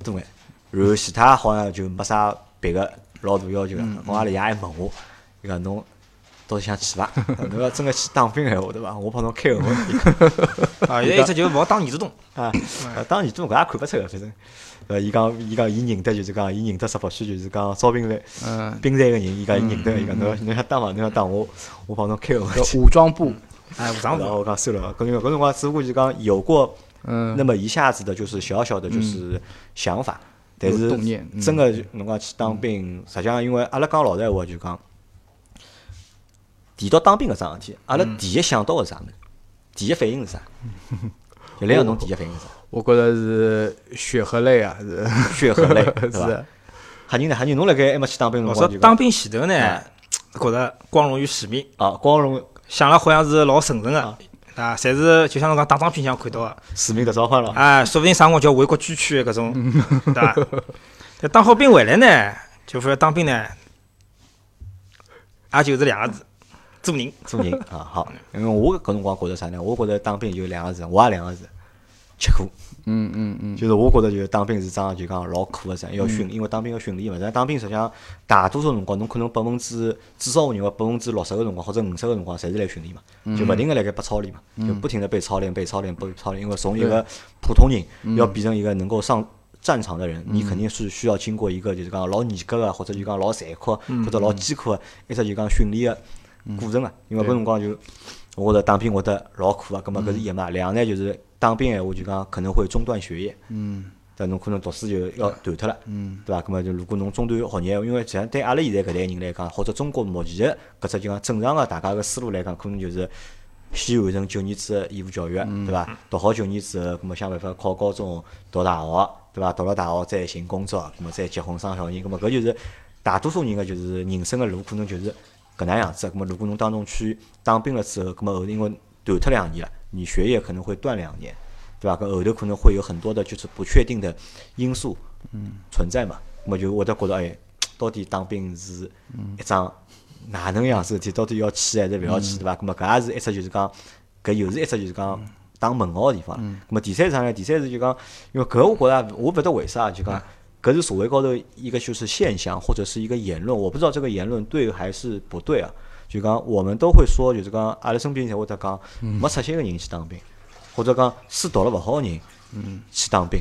Speaker 1: 多眼，然后其他好像就没啥别个老大要求了。我阿拉爷还问我，伊讲侬。到底想去 伐？侬要真个去当兵闲话对伐？我帮侬开个门。
Speaker 2: 啊，现在一只就勿好打耳朵洞。
Speaker 1: 啊，
Speaker 3: 嗯
Speaker 1: 呃当然，都搿也看勿出个，反正，呃，伊讲，伊讲，伊认得就是讲，伊认得石博区就是讲招兵队
Speaker 3: 嗯
Speaker 1: 兵站个人，伊讲伊认得，伊讲侬要侬要打伐？侬要打我，我帮侬开个门
Speaker 3: 搿呃武装部，
Speaker 2: 哎，武
Speaker 1: 然
Speaker 2: 装
Speaker 1: 后
Speaker 2: 部。
Speaker 1: 我讲算了，搿辰光搿辰光只不过就讲有过，
Speaker 3: 嗯
Speaker 1: 那么一下子的就是小小的就是想法，但
Speaker 3: 有
Speaker 1: 是
Speaker 3: 动念嗯
Speaker 1: 真个侬讲去当兵，实际上因为阿拉讲老实闲话就讲，提到当兵搿桩事体，阿拉
Speaker 3: 嗯
Speaker 1: 第一想到个是啥物事？第一反应是 啥？就来个侬第一反应是啥？
Speaker 3: 我觉着是血和泪啊，是
Speaker 1: 血和 泪，对伐
Speaker 3: 是？
Speaker 1: 吓人呢，吓人！侬辣盖还没去当兵
Speaker 2: 我
Speaker 1: 辰
Speaker 2: 说
Speaker 1: 光就
Speaker 2: 哦当
Speaker 1: 讲
Speaker 2: 兵前头呢，
Speaker 1: 嗯
Speaker 2: 觉着光荣与使命，
Speaker 1: 啊，光荣
Speaker 2: 想了好像是老神圣个，
Speaker 1: 嗯
Speaker 2: 啊，侪是就像侬讲打仗片上看到个。
Speaker 1: 使命的召唤了。
Speaker 2: 哎，说不定啥辰光就要为国捐躯的搿种，
Speaker 1: 嗯
Speaker 2: 对伐？但当好兵回来呢，就说当兵呢，也就是两个字，做人。
Speaker 1: 做人啊，好，因为我搿辰光觉着啥呢？我觉着当兵有两个字，我也两个字，吃苦。
Speaker 3: 嗯嗯嗯，
Speaker 1: 就是我觉着就是当兵是桩就讲老苦个事，要训，因为当兵要训练嘛。但当兵实际上大多数辰光，侬可能百分之至少我认为百分之六十个辰光或者五十个辰光，侪是来训练嘛，就勿停个辣盖被操练嘛，就不停的被操练、被操练、被操练。因为从一个普通人要变成一个能够上战场的人，你肯定是需要经过一个就是讲老严格啊个，或者就讲老残酷的，或者老艰苦个一只就讲训练个过程啊。因为搿辰光就我觉着当兵会得老苦啊，葛末搿是一嘛。两呢就是当兵闲话就讲可能会中断学业，嗯，但侬可能读书就要断脱了，嗯，对伐？葛末就如果侬中断学业，因为实际上对阿拉现在搿代人来讲，或者中国目前个搿只就讲正常个大家个思路来讲，可能就是。先完成九年制个义务教育，对伐？读好九年之后，葛末想办法考高中、读大学，对伐？读了大学再寻工作，葛末再结婚生小人，葛末搿就是大多数人个就是人生个路，可能就是搿能样子。葛末如果侬当中去当兵了之后，葛末后头因为断脱两年了，你学业可能会断两年，对吧？搿后头可能会有很多的就是不确定的因素存在嘛。葛末就会得觉得，哎，到底当兵是一桩哪能样子事体？到底要去还是勿要去，对伐？葛末搿也是一只就是讲，搿又是一只就是讲。打问号个地方了，葛末第三是啥呢？第三是就讲，因为搿我觉着我勿晓得为啥，就讲搿是社会高头一个就是现象或者是一个言论，我不知道这个言论对还是不对啊。就讲我们都会说，就是讲阿拉身边侪会得讲，没出息个人去当兵，或者讲书读了勿好个人，去当兵，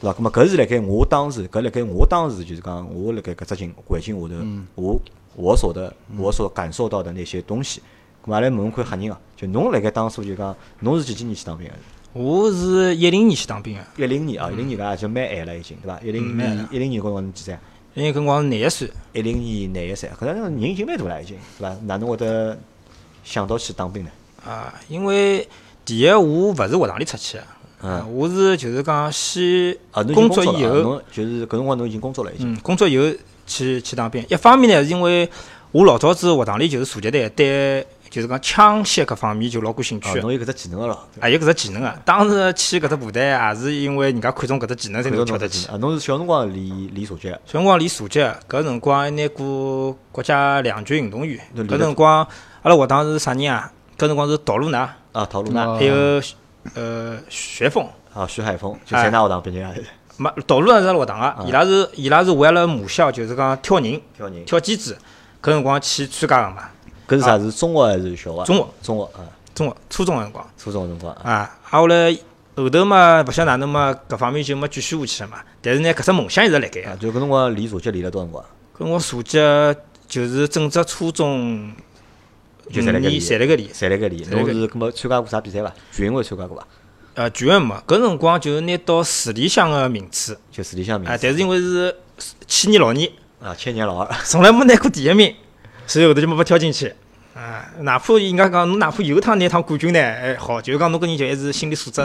Speaker 1: 对伐？咁么啊搿是辣盖我当时，搿辣盖我当时就是讲，我辣盖搿只境环境下头，
Speaker 2: 嗯
Speaker 1: 我我所的我所感受到的那些东西。咁阿拉问问看吓人啊，就侬辣盖当初就讲，侬是几几年去当兵个？
Speaker 2: 我是一零年去当兵的，
Speaker 1: 一零年啊，一零年搿也就蛮晚了已经，对伐？一零
Speaker 2: 嗯蛮晚
Speaker 1: 年
Speaker 2: 了
Speaker 1: 一零年搿辰光侬几岁啊？
Speaker 2: 因为搿辰光是廿一岁，
Speaker 1: 一零年廿一岁，搿能人已经蛮大了已经，对伐？哪能会得想到去当兵呢？
Speaker 2: 啊，因为第一我勿是学堂里出去的，啊我是就是讲先
Speaker 1: 嗯啊，侬已经
Speaker 2: 工
Speaker 1: 作
Speaker 2: 作
Speaker 1: 了啊
Speaker 2: 以后，
Speaker 1: 侬就是搿辰光侬已经工作了已经。
Speaker 2: 嗯，工作以后去去当兵。一方面呢，是因为我老早子学堂里就是射击队对，就是讲枪械搿方面就老感兴
Speaker 1: 哦
Speaker 2: 趣，的。
Speaker 1: 侬有搿只技能个咯，
Speaker 2: 还有搿只技能啊！当时去搿只部队也是因为人家看中搿只技能
Speaker 1: 搿
Speaker 2: 才能
Speaker 1: 侬
Speaker 2: 跳
Speaker 1: 搿
Speaker 2: 嗯得
Speaker 1: 只
Speaker 2: 去
Speaker 1: 技。能啊，侬是小辰光练练射击的，
Speaker 2: 小辰光练射击，搿辰光还拿过国家两军运动员。
Speaker 1: 那
Speaker 2: 搿
Speaker 1: 练得
Speaker 2: 辰光阿拉学堂是啥人啊？搿辰光是陶露娜，
Speaker 1: 啊，陶露娜
Speaker 3: 哦
Speaker 2: 还有呃徐峰。
Speaker 1: 啊，徐海峰，
Speaker 2: 哎
Speaker 1: 就侪拿学堂毕业的，
Speaker 2: 没陶露娜是阿拉学堂
Speaker 1: 啊
Speaker 2: 个，伊拉是伊拉是为了母校，就是讲挑人、
Speaker 1: 挑人。
Speaker 2: 挑机子。搿辰光去参加个嘛，
Speaker 1: 搿是啥？是中学还是小学啊？
Speaker 2: 中学
Speaker 1: 中学啊，
Speaker 2: 中学初中个辰光。
Speaker 1: 初中的辰光啊，
Speaker 2: 啊，啊后来后头嘛，勿晓得哪能嘛，搿方面就没继续下去了嘛。但是呢，搿只梦想一直辣盖个
Speaker 1: 啊。就搿辰光啊练射击练了多少辰光？
Speaker 2: 跟我坐击就是整只初中
Speaker 1: 就侪辣盖
Speaker 2: 你
Speaker 1: 里，
Speaker 2: 侪辣搿里。
Speaker 1: 侪辣盖里。
Speaker 2: 辣
Speaker 1: 侬
Speaker 2: 盖
Speaker 1: 是搿么参加过啥比赛伐？全运会参加过伐？
Speaker 2: 呃，全运没，搿辰光就是拿到市里向个名次
Speaker 1: 就市里向名
Speaker 2: 啊，
Speaker 1: 次
Speaker 2: 但是因为是去年老年，
Speaker 1: 啊，千年老二。
Speaker 2: 从来没拿过第一名，所以后头就没被挑进去。啊，哪怕人家讲侬哪怕有一趟拿一趟冠军呢，还好，就是讲侬搿人就还是心理素质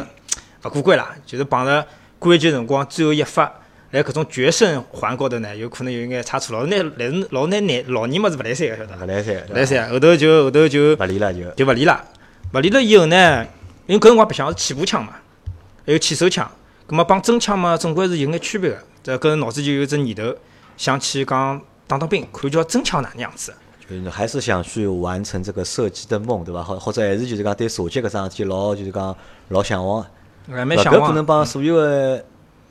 Speaker 2: 勿过关啦，就是碰着关键辰光最后一发，来搿种决胜环高头呢，有可能有眼差错，老难来老难难老年嘛是勿来三个晓得伐，
Speaker 1: 勿来三，
Speaker 2: 来三后头就后头就
Speaker 1: 勿理了就
Speaker 2: 就勿练了。勿练了以后呢，因为搿辰光白相是气步枪嘛，还有气手枪，葛末帮真枪嘛，总归是有眼区别个。这搿脑子就有一只念头，想去讲当当兵，看叫真枪哪能样子。
Speaker 1: 就是还是想去完成这个射击的梦，对伐？或或者还是就是讲对射击搿桩事体老就是讲老向往的。
Speaker 2: 还
Speaker 1: 勿
Speaker 2: 蛮向
Speaker 1: 搿可
Speaker 2: 往啊
Speaker 1: 能
Speaker 2: 的。
Speaker 1: 帮所有的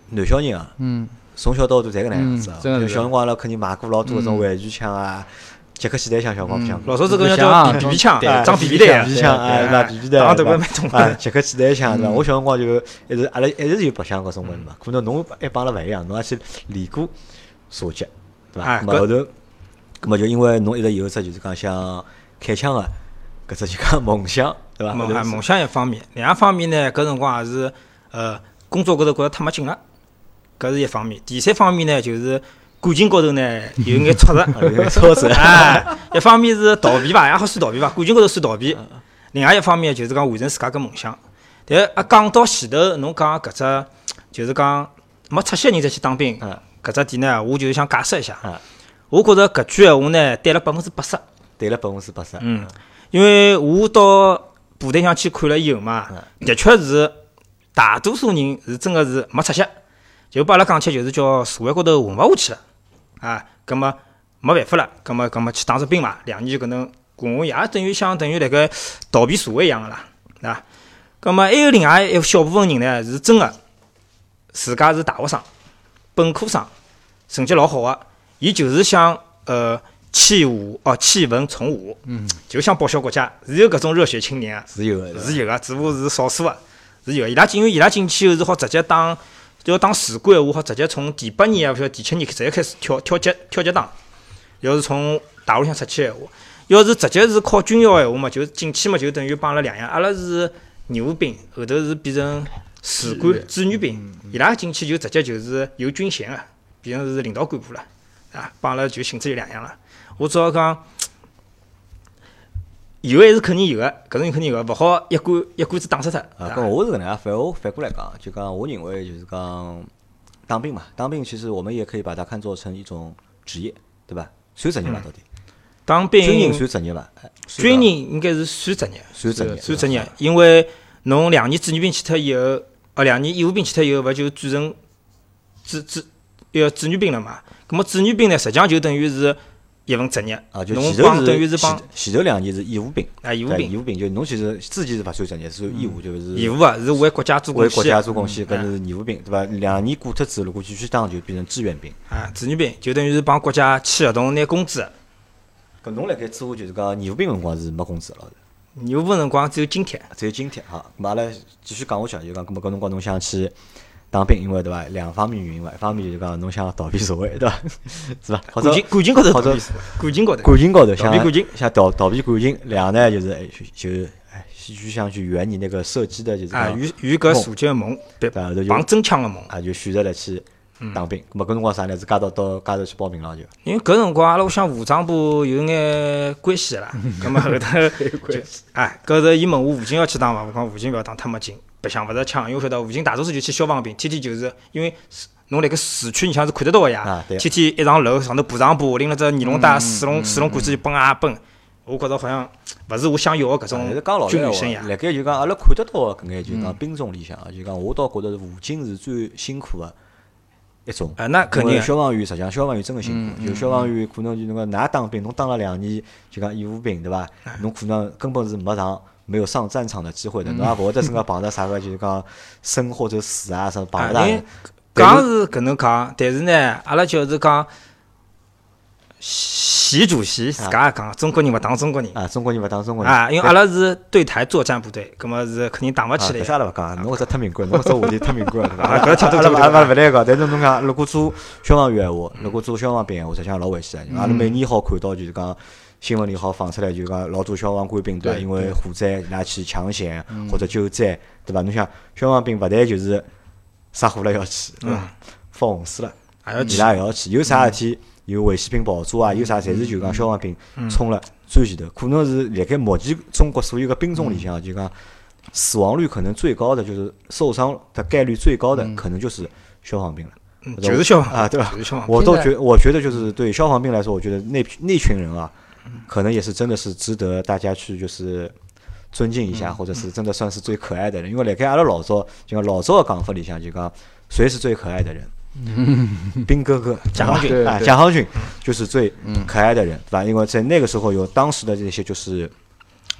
Speaker 1: 男小人啊，
Speaker 3: 嗯，
Speaker 1: 从小到大侪搿能样子啊。
Speaker 3: 嗯真的
Speaker 1: 就是小辰光阿拉肯定买过老多
Speaker 2: 嗯
Speaker 1: 搿种玩具枪啊，捷克霰弹枪，小辰光不想
Speaker 2: 老早子搿
Speaker 3: 不
Speaker 2: 叫
Speaker 3: 像啊
Speaker 2: 叫 BB 枪，
Speaker 1: 哎
Speaker 2: 装 BB 弹
Speaker 1: 皮
Speaker 2: 呀，
Speaker 1: 枪
Speaker 2: 对
Speaker 1: 哎，
Speaker 2: 吧
Speaker 1: 吧？皮皮弹，
Speaker 2: 打得蛮
Speaker 1: 对
Speaker 2: 痛
Speaker 1: 吧
Speaker 2: 的
Speaker 1: 啊，杰克骑弹枪对伐？
Speaker 2: 嗯
Speaker 1: 我小辰光就一直阿拉一直有白相搿种物事嘛，可能侬还帮阿拉勿一样，侬也去练过射击，对伐？
Speaker 2: 哎
Speaker 1: 咾么
Speaker 2: 搿
Speaker 1: 后头，咾么就因为侬一直有一只就是讲像开枪个搿只就讲梦想，嗯对伐？后
Speaker 2: 梦
Speaker 1: 头
Speaker 2: 啊
Speaker 1: 是
Speaker 2: 梦想一方面，另一方面呢，搿辰光也是呃工作高头觉着太没劲了，搿是一方面。第三方面呢，就是感情高 头呢有眼挫折。，
Speaker 1: 啊有点挫折
Speaker 2: 哎，一方面是逃避伐，也好算逃避伐，感情高头算逃
Speaker 1: 嗯
Speaker 2: 避。另外一方面就是讲完成自家搿梦想。但啊，讲到前头，侬讲搿只就是讲没出息的人再去当兵，
Speaker 1: 啊
Speaker 2: 搿只点呢，我就是想解释一下
Speaker 1: 嗯。
Speaker 2: 我觉着搿句闲话呢，对了百分之八十。
Speaker 1: 对了百分之八十，
Speaker 2: 嗯，因为我到部队上去看了以后嘛，的确是大多数人是真个是没出息，就把阿拉讲起来就是叫社会高头混勿下去了啊，葛么没办法了，葛么葛么去当只兵嘛，两年搿能混混也等于像等于辣盖逃避社会一样个啦，对伐？葛么还有另外一小部分人呢，是真个自家是大学生、本科生，成绩老好个、伊就是想呃弃武哦弃文从武，嗯，就想报效国家，是有搿种热血青年啊，
Speaker 1: 是有个，
Speaker 2: 是有个，只不过是少数啊，是有的。伊拉进，因为伊拉进去后是好直接当，就要当士官闲话，好直接从第八年啊，勿晓得第七年直接开始跳跳级跳级当。要是从大陆向出去闲话，要是直接是考军校闲话嘛，就进去嘛，就等于帮阿拉两样，阿拉是义务兵，后头是变成士官志愿兵，
Speaker 1: 嗯
Speaker 2: 伊拉进去就直接就是有军衔啊，变成是领导干部了，啊，帮阿拉就性质有两样了。我只好讲。有还是肯定有的，搿种肯定有的，勿好一竿一竿子打死脱。
Speaker 1: 啊，
Speaker 2: 对
Speaker 1: 跟
Speaker 2: 吧
Speaker 1: 我是搿能啊，反我反过来讲，就讲我认为就是讲当兵嘛，当兵其实我们也可以把它看作成一种职业，对伐？算职业伐？到底
Speaker 2: 当兵
Speaker 1: 军人算职业伐？哎算
Speaker 2: 军
Speaker 1: 吧
Speaker 2: 人应该是算职业，
Speaker 1: 算职业，
Speaker 2: 算职业，因为侬两年志愿兵去脱以后，啊，两年义务兵去脱以后，勿就转成志志要志愿兵了嘛？葛么志愿兵呢，实际上就等于是一份职业
Speaker 1: 啊，，就
Speaker 2: 侬
Speaker 1: 前头
Speaker 2: 帮
Speaker 1: 是
Speaker 2: 等于是
Speaker 1: 前
Speaker 2: 帮
Speaker 1: 前头两年是义务兵，
Speaker 2: 啊义务
Speaker 1: 对
Speaker 2: 兵
Speaker 1: 义务兵就侬其实自己是勿算职业，是义务，就是
Speaker 2: 义务啊，是为国家做嗯贡
Speaker 1: 为国
Speaker 2: 献
Speaker 1: 家
Speaker 2: 的
Speaker 1: 做贡献，搿
Speaker 2: 哎
Speaker 1: 是义务兵，对伐？两年过脱之后，如果继续当就变成志愿兵。
Speaker 2: 啊，志愿兵就等于是帮国家签合同拿工资的。
Speaker 1: 搿侬辣盖做就是讲义务兵辰光是没工资的了，
Speaker 2: 义务兵辰光只有津贴，
Speaker 1: 只有津贴哈。咁阿拉继续讲下去，就讲，咁么搿辰光侬想去当兵，因为对伐？两方面原因伐，一方面就是讲侬想逃避社会，对伐？ 是伐？或者
Speaker 2: 感情感情高
Speaker 1: 或
Speaker 2: 头逃
Speaker 1: 者
Speaker 2: 避社会，感情高头
Speaker 1: 感情高头
Speaker 2: 逃
Speaker 1: 想
Speaker 2: 避感情
Speaker 1: 想逃逃避感情，两呢就是哎就就哎去想去圆你那个射击的，就是
Speaker 2: 啊，
Speaker 1: 讲
Speaker 2: 与与搿
Speaker 1: 梦
Speaker 2: 社稷的梦，别
Speaker 1: 对后头就
Speaker 2: 帮真枪的梦。
Speaker 1: 啊，就选择了去
Speaker 2: 嗯
Speaker 1: 当兵。咁么搿辰光啥呢？是加到到加州去报名了就。
Speaker 2: 因为搿辰光阿拉屋向武长部有眼关 系啦，葛末后头就哎，搿是伊问我武警要去打伐？我讲武警勿要打，太没劲，白相勿着枪，因为我晓得武警大多数就去消防兵，天天就是因为市侬辣盖市区里向是看得到个呀
Speaker 1: 啊，嗯对
Speaker 2: 天天一上楼上头爬上爬，拎了只尼龙带、水龙水龙管子就奔啊奔，我觉着好像勿是我想要个搿
Speaker 1: 啊
Speaker 2: 种
Speaker 1: 还是讲老实
Speaker 2: 军旅生
Speaker 1: 闲话，
Speaker 2: 涯。嗯
Speaker 1: 辣盖就讲阿拉看得到的搿眼就讲兵种里向啊，就讲我倒觉得武警是最辛苦的一种。
Speaker 2: 啊，那肯
Speaker 1: 因为
Speaker 2: 定嗯啊，
Speaker 1: 消防员实际上消防员真的辛苦，就消防员可能就那个㑚当兵，侬当了两年就讲义务兵对伐？
Speaker 2: 哎
Speaker 1: 侬可能根本是没上没有上战场的机
Speaker 2: 嗯
Speaker 1: 会的，侬也勿会得身 高碰着啥个就是讲生或者死啊什么碰
Speaker 2: 啊
Speaker 1: 勿到
Speaker 2: 因为
Speaker 1: 的。
Speaker 2: 讲是搿能讲，但是呢，阿拉就是讲，习主席自家也讲，中国人勿打中国人
Speaker 1: 啊，中国人勿打中国人
Speaker 2: 啊，因为阿拉是对台作战部队，葛么是肯定打勿起
Speaker 1: 啊
Speaker 2: 来
Speaker 1: 搿。啥也勿讲，侬搿只太敏感，侬搿只话题太敏感了，对伐？
Speaker 2: 啊搿跳
Speaker 1: 阿
Speaker 2: 脱
Speaker 1: 拉勿
Speaker 2: 这个
Speaker 1: 阿拉勿来搿，但是侬讲，如果做消防员闲话，如果做消防兵闲话，实际上老危险的。因为阿拉每年好看到就是讲新闻里好放出来，就讲老多消防官兵对伐？
Speaker 3: 对
Speaker 1: 因为火灾伊拉去抢险或者救灾，对伐？侬想消防兵勿但就是杀火了要去，对伐？放洪水了，
Speaker 2: 还
Speaker 1: 嗯
Speaker 2: 要
Speaker 1: 伊
Speaker 2: 去嗯
Speaker 1: 拉也要去，有啥事体有危险品爆炸啊，有啥侪是就讲消防兵
Speaker 2: 嗯
Speaker 1: 冲了最前头，可能是辣盖目前中国所有个兵种
Speaker 2: 嗯
Speaker 1: 里向，啊就讲死亡率可能最高的就是受伤的概率最高的，可能就是消防兵了。
Speaker 2: 嗯
Speaker 1: 或者
Speaker 2: 就是消防
Speaker 1: 啊，对吧？
Speaker 2: 就是消防。
Speaker 1: 我
Speaker 3: 现
Speaker 1: 都
Speaker 3: 在
Speaker 1: 觉，我觉得就是对消防兵来说，我觉得那批那群人啊，
Speaker 3: 嗯
Speaker 1: 可能也是真的是值得大家去就是尊敬一
Speaker 3: 嗯
Speaker 1: 下，或者是真的算是最可爱的人。因为辣盖阿拉老早就讲老早的讲法里向就讲谁是最可爱 的人，兵哥哥
Speaker 2: 蒋航
Speaker 1: 对吧
Speaker 3: 军
Speaker 1: 啊，
Speaker 3: 对嗯
Speaker 1: 蒋航军就是最可爱的人，对吧？因为在那个时候有当时的这些就是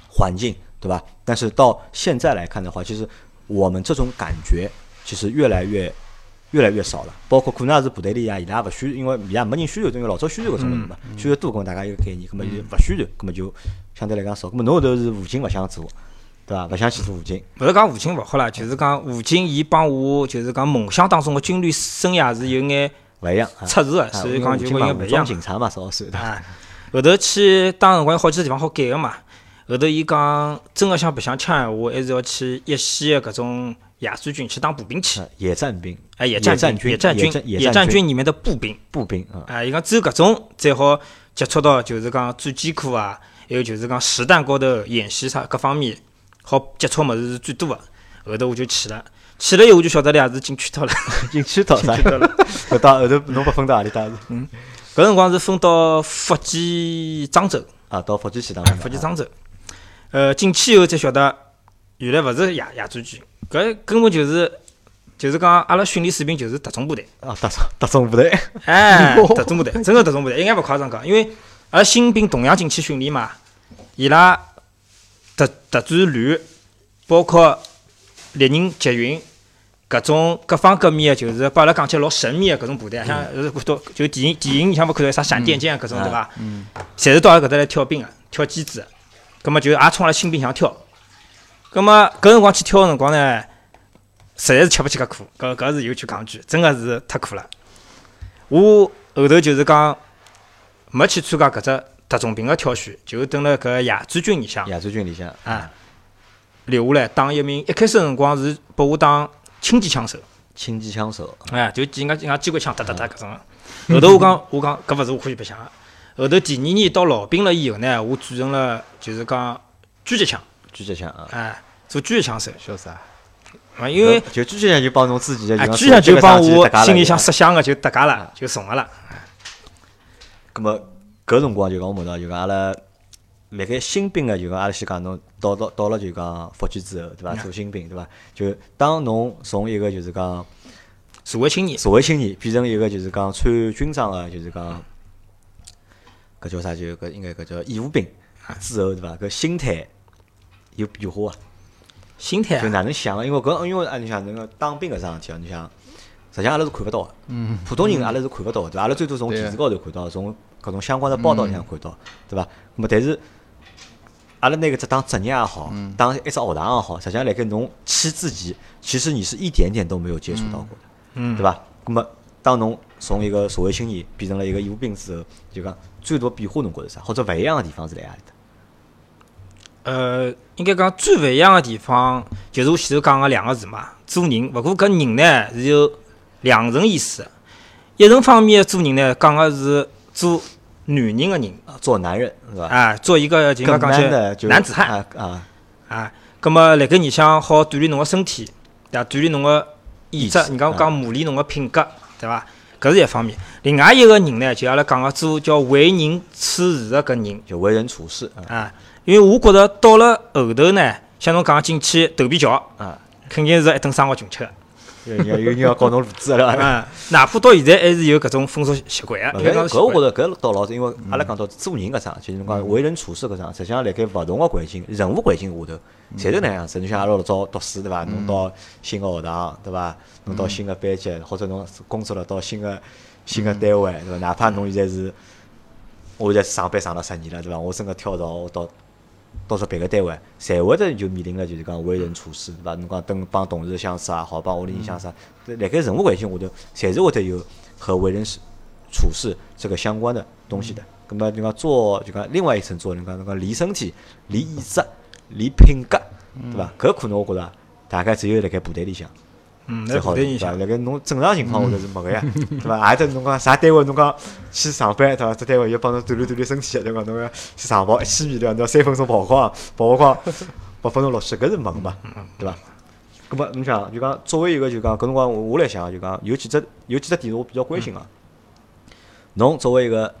Speaker 1: 环境，对吧？但是到现在来看的话，其实我们这种感觉其实越来越越来越少了。包括可能也是部队里啊，伊拉勿宣，因为伊拉没人宣传，因为老早宣传搿种物事嘛，
Speaker 2: 嗯
Speaker 1: 宣传多，搿么大家有个概念，搿么就勿宣传，搿么就相对来讲少。搿么侬后头是武警勿想做，对伐？勿想去做武警，
Speaker 2: 勿是讲武警勿好啦，就是讲武警伊帮我就是讲梦想当中的军旅生涯是有眼
Speaker 1: 勿一样啊。
Speaker 2: 出入的，
Speaker 1: 啊
Speaker 2: 所以
Speaker 1: 因为
Speaker 2: 讲
Speaker 1: 武
Speaker 2: 就
Speaker 1: 警
Speaker 2: 会
Speaker 1: 嘛
Speaker 2: 有
Speaker 1: 武
Speaker 2: 勿一
Speaker 1: 装
Speaker 2: 样。
Speaker 1: 警察嘛，少数 对伐？
Speaker 2: 啊，后头去当辰光有好几个地方好改个嘛。后头伊讲真个想白相腔闲话，还是要去一线的搿种野战军去当步兵去。
Speaker 1: 啊野战兵，
Speaker 2: 哎，野
Speaker 1: 野
Speaker 2: 战
Speaker 1: 战
Speaker 2: 军，野
Speaker 1: 战
Speaker 2: 战
Speaker 1: 野
Speaker 2: 军，野战
Speaker 1: 军
Speaker 2: 军里面的步兵。
Speaker 1: 步兵啊，
Speaker 2: 啊，伊讲只有搿种才好接触到，就是讲战机库啊，还有就是讲实弹高头演习啥各方面，好接触物事是最多的。后头我就去了，去了以后我就晓得了，也是进圈套了。
Speaker 1: 进去到啥？搿 到后头侬拨分到何里搭是？
Speaker 2: 搿辰光是分到福建漳州，
Speaker 1: 啊，到福建去当
Speaker 2: 啊福建漳州。呃，进去以后才晓得，原来勿是野野战军，搿根本就是就是讲阿拉训练水平就是特种部队。
Speaker 1: 啊，特种特种部队，
Speaker 2: 哎，特种部队，真个特种部队，一眼勿夸张讲，因为阿拉新兵同样进去训练嘛，伊拉特特战旅，包括猎人集运，搿种各方各面的，就是把阿拉讲起来老神秘的搿种部队，像呃到就电影电影里向勿看到有啥闪电啊舰搿种对伐？
Speaker 3: 嗯嗯，
Speaker 2: 侪是到阿拉搿搭来挑兵个，挑机子个，啊葛末就也冲阿拉新兵上挑。葛末搿辰光去挑个辰光呢，实在是吃勿起搿苦，搿搿是有句讲句，真个是太苦了。我后头就是讲没去参加搿只特种兵个挑选，就等辣搿野战军里向
Speaker 1: 野战军里向
Speaker 2: 啊留下来当一名。一开始个辰光是拨我当轻机枪手，
Speaker 1: 轻机枪手，
Speaker 2: 哎，就几人家人家机关枪哒哒哒搿种的。后头我讲我讲搿勿是我可以白相个。后头第二年到老兵了以后呢，我转成了就是讲狙击枪，
Speaker 1: 狙击枪啊。
Speaker 2: 哎，做狙击枪手，
Speaker 3: 潇洒。
Speaker 2: 啊，因为
Speaker 1: 就狙击枪就帮侬自己的，
Speaker 2: 啊，
Speaker 1: 讲
Speaker 2: 狙击枪就帮我心里
Speaker 1: 想
Speaker 2: 向。设想个就搭界了，就怂个了。
Speaker 1: 咁么搿辰光就讲我问到就讲阿拉辣盖新兵个就讲阿拉先讲侬到到到了就讲福建之后对
Speaker 2: 嗯
Speaker 1: 伐？做新兵对伐？就当侬从一个就是讲
Speaker 2: 社会青年，
Speaker 1: 社会青年变成一个就是讲穿军装个就是讲搿叫啥？就搿应该搿叫义务兵之后对伐？搿心态有啊变化伐？
Speaker 2: 心态
Speaker 1: 就
Speaker 2: 啊
Speaker 1: 哪能想啊？因为搿，因为啊，你想那个当兵搿桩事体啊，你想，实际上阿拉是看勿到个，
Speaker 3: 嗯，
Speaker 1: 普通人阿拉是看勿到个，对伐？阿拉最多从
Speaker 3: 对
Speaker 1: 电视高头看到，从搿种相关的报道里向看
Speaker 2: 嗯
Speaker 1: 到，对伐？那么但是，阿拉拿搿只当职业也好，
Speaker 2: 嗯
Speaker 1: 当一只学堂也好，实际上辣盖侬去之前，其实你是一点点都没有接触到过的，
Speaker 2: 嗯
Speaker 1: 对伐？那么当侬从一个社会青年变成了一个义务兵之后，就讲最大变化侬觉着啥？或者勿一样个地方是辣阿里搭？
Speaker 2: 呃，应该讲最勿一样个地方，就是我前头讲个两个字嘛，做人。勿过搿人呢是有两层意思的，一层方面的做人呢，讲个是做男人个人，
Speaker 1: 啊做男人是伐？
Speaker 2: 啊，做一个就
Speaker 1: 更
Speaker 2: 应该
Speaker 1: 难
Speaker 2: 讲
Speaker 1: 的
Speaker 2: 起
Speaker 1: 就
Speaker 2: 男子汉
Speaker 1: 啊啊，
Speaker 2: 啊。葛末辣盖里向好锻炼侬个身体，对伐？锻炼侬个意志
Speaker 1: 意，志
Speaker 2: 人家
Speaker 1: 啊
Speaker 2: 讲磨练侬个品格，对伐？搿是一方面。另外一个人呢，就阿拉讲个做叫为人处事个搿人，
Speaker 1: 就为人处事啊
Speaker 2: 啊，因为我觉着到了后头呢，像侬讲进去头皮桥，
Speaker 1: 啊。
Speaker 2: 肯定是一顿生活穷吃的。
Speaker 1: 有人要有人要搞侬路子了 啊。
Speaker 2: 啊，哪怕到现在还是有搿种风俗习惯啊。
Speaker 1: 勿
Speaker 2: 应该讲
Speaker 1: 搿
Speaker 2: 是习
Speaker 1: 搿我
Speaker 2: 惯
Speaker 1: 觉着搿倒老是因为阿拉讲到做人搿桩，就是侬讲为人处事搿桩，实际上辣盖勿同个环境、任何环境下头，侪是那样子。侬像阿拉老早读书对伐？侬到新个学堂对伐？侬到新个班级，或者侬工作了到新个新个单位对伐？哪怕侬现在是，我现在上班上了十年了对伐？我真个跳槽我到到到别个单位，侪会得就面临了就是讲为人处事，对伐？侬讲跟帮同事相处也好，帮屋里人相处啊，辣盖任何环境下头，侪是会得有和为人处事这个相关的东西的。咁咁么就讲做就讲另外一层做，就讲就讲理身体、理意志、理品格，对伐？搿可能我觉着大概只有辣盖部队里向。
Speaker 2: 嗯，
Speaker 1: 才
Speaker 2: 来
Speaker 1: 好
Speaker 2: 部
Speaker 1: 点
Speaker 2: 队
Speaker 1: 对
Speaker 2: 里
Speaker 1: 伐？
Speaker 2: 向，
Speaker 1: 辣盖侬正常情况下头是没个呀， 对伐？阿搭侬讲啥单位侬讲去上班对伐？只单位要帮侬锻炼锻炼身体对伐？侬要去长跑一千米对伐？侬要三分钟跑光，跑光八分钟落去，搿是没个嘛，对伐？咁么侬想就讲作为一个就讲搿辰光我我来想就讲有几只有几只点是我比较关心个。啊侬作为一个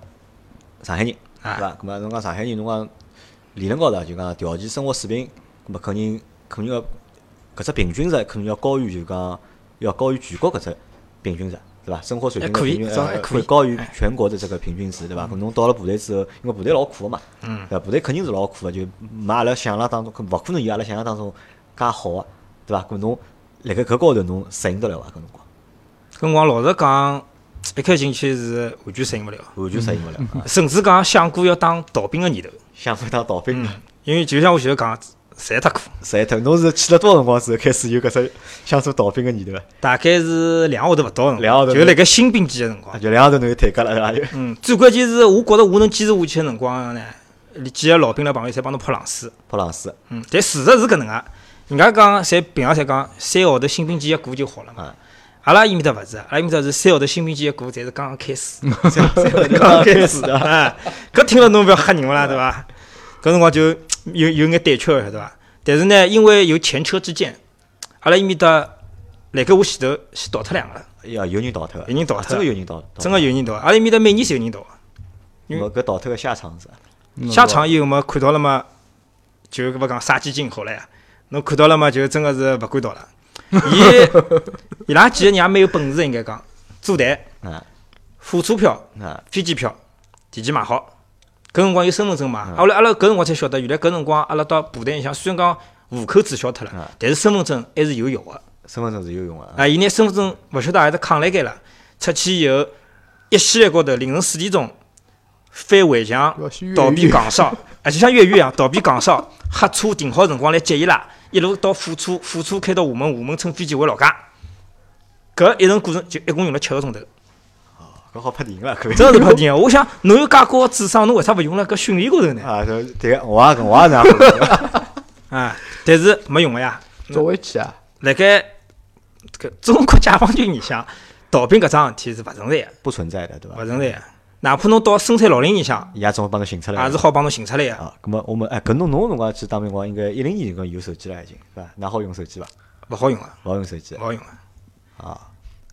Speaker 1: 上海人，对
Speaker 2: 啊
Speaker 1: 伐？咁么侬讲上海人，侬讲理论高头啊就讲条件、生活水平，咁么肯定肯定要搿只平均值肯定要高于就讲要高于全国搿只平均值，对伐？生活水平的
Speaker 2: 还哎可以
Speaker 1: 平均
Speaker 2: 这样还
Speaker 1: 呃
Speaker 2: 可
Speaker 1: 会
Speaker 2: 以嗯
Speaker 1: 高于全国的这个平均值，对伐？搿侬到了部队之后，因为部队老苦个嘛，对伐？部队肯定是老苦个，就没阿拉想象当中，搿勿可能有阿拉想象当中介好个，对伐？搿侬辣盖搿高头侬适应得了啊伐？搿辰光
Speaker 2: 搿辰光老实讲，一开进去是完全适应勿了，
Speaker 1: 完全适应勿了， 啊
Speaker 2: 甚至讲想过要当逃兵个念头，
Speaker 1: 想勿当逃兵。
Speaker 2: 因为就像我前头讲，赚太苦，
Speaker 1: 晒头，侬是去了多少辰光之后开始有搿只想做逃兵个念头啊？
Speaker 2: 大概是两个号头勿到的辰光，
Speaker 1: 两个号头
Speaker 2: 就辣盖新兵期个辰光
Speaker 1: 啊，。就两个头侬就退格了，对伐？就
Speaker 2: 嗯，最关键是我觉着我能坚持下去个辰光呢，几个老兵辣旁边侪帮侬泼冷水。
Speaker 1: 泼冷水
Speaker 2: 嗯，但事实是搿能介，人家讲侪平常侪讲三个号头新兵季一过就好了嘛
Speaker 1: 啊。
Speaker 2: 阿拉伊面搭勿是，阿拉伊面搭是三个号头新兵季一过，侪是刚刚开 始，
Speaker 1: 刚刚开始的，
Speaker 2: 啊，搿听了侬勿要吓人勿啦，对伐？搿辰光就有有眼胆怯了，对伐？但是呢，因为有前车之鉴，阿拉伊面搭辣盖我前头先倒脱两个了，
Speaker 1: 哎呀，有人倒脱的，
Speaker 2: 有人倒
Speaker 1: 啊
Speaker 2: 脱
Speaker 1: 真个有人倒，
Speaker 2: 真个有人倒，阿拉伊面搭每年侪有人倒。
Speaker 1: 那么搿倒脱个下场是啥，
Speaker 2: 下场以后嘛，看到了嘛，就搿勿讲杀鸡儆猴了呀。侬看到了嘛，就真个是勿管道了。伊伊拉几个人也蛮有本事，应该讲，坐台、
Speaker 1: 啊
Speaker 2: 火车票、
Speaker 1: 啊，
Speaker 2: 飞机票提前买好。搿辰光有身份证嘛？后来阿拉搿辰光才晓得，原来搿辰光阿拉到部队里向，虽然讲户口注销脱
Speaker 1: 啊
Speaker 2: 了，但是身份证还是有效个。
Speaker 1: 身份证是有用个啊，
Speaker 2: 啊，伊拿身份证勿晓得阿是扛辣盖了，出去以后一系列高头凌晨四点钟翻围墙
Speaker 3: 要去越，狱
Speaker 2: 倒闭岗哨，啊，就像越狱一样倒闭岗哨，黑车停好辰光来接伊拉，一路到火车，火车开到厦门，厦门乘飞机回老家。搿一程过程就一共用了七个钟头，
Speaker 1: 搿好拍电影了，可以。
Speaker 2: 真的是拍电影。啊我想侬有介高个智商，侬为啥勿用辣搿训练高头呢？
Speaker 1: 啊，就对个，我也跟我也这样 觉得，
Speaker 2: 啊，但是没用个呀。
Speaker 3: 走回去啊，
Speaker 2: 辣盖搿中国解放军里向逃兵搿桩事体是勿存在个。
Speaker 1: 不存在的，对伐
Speaker 2: 勿？存在个。哪怕侬到深山老林里向，
Speaker 1: 伊也总会帮侬寻出来
Speaker 2: 也
Speaker 1: 的
Speaker 2: 啊是。好帮侬寻出来个，
Speaker 1: 啊，咁么我们哎，搿侬侬辰光去当兵辰光，应该一零年辰光有手机了已经，对伐？哪好用手机伐？
Speaker 2: 勿好用个，
Speaker 1: 勿好用手机
Speaker 2: 勿。好用个。
Speaker 1: 啊。